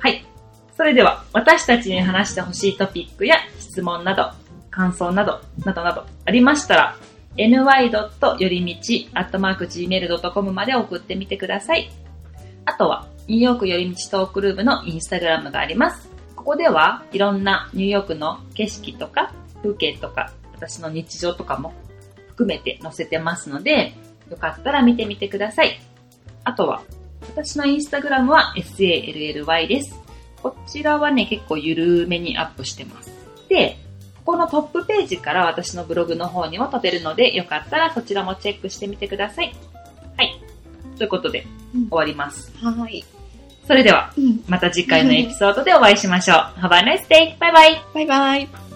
[SPEAKER 1] はい。それでは、私たちに話してほしいトピックや質問など、感想など、などなどありましたら、ny. よりみち .gmail.com まで送ってみてください。あとは、ニューヨークよりみちトークルームのインスタグラムがあります。ここでは、いろんなニューヨークの景色とか、風景とか、私の日常とかも含めて載せてますので、よかったら見てみてください。あとは、私のインスタグラムは sally です。こちらはね、結構緩めにアップしてます。で、ここのトップページから私のブログの方にも飛べるので、よかったらそちらもチェックしてみてください。はい。ということで、
[SPEAKER 2] うん
[SPEAKER 1] 終わります。
[SPEAKER 2] はい。
[SPEAKER 1] それでは、
[SPEAKER 2] うん
[SPEAKER 1] また次回のエピソードでお会いしましょう。Have a nice day! バイバイ
[SPEAKER 2] バイバイ。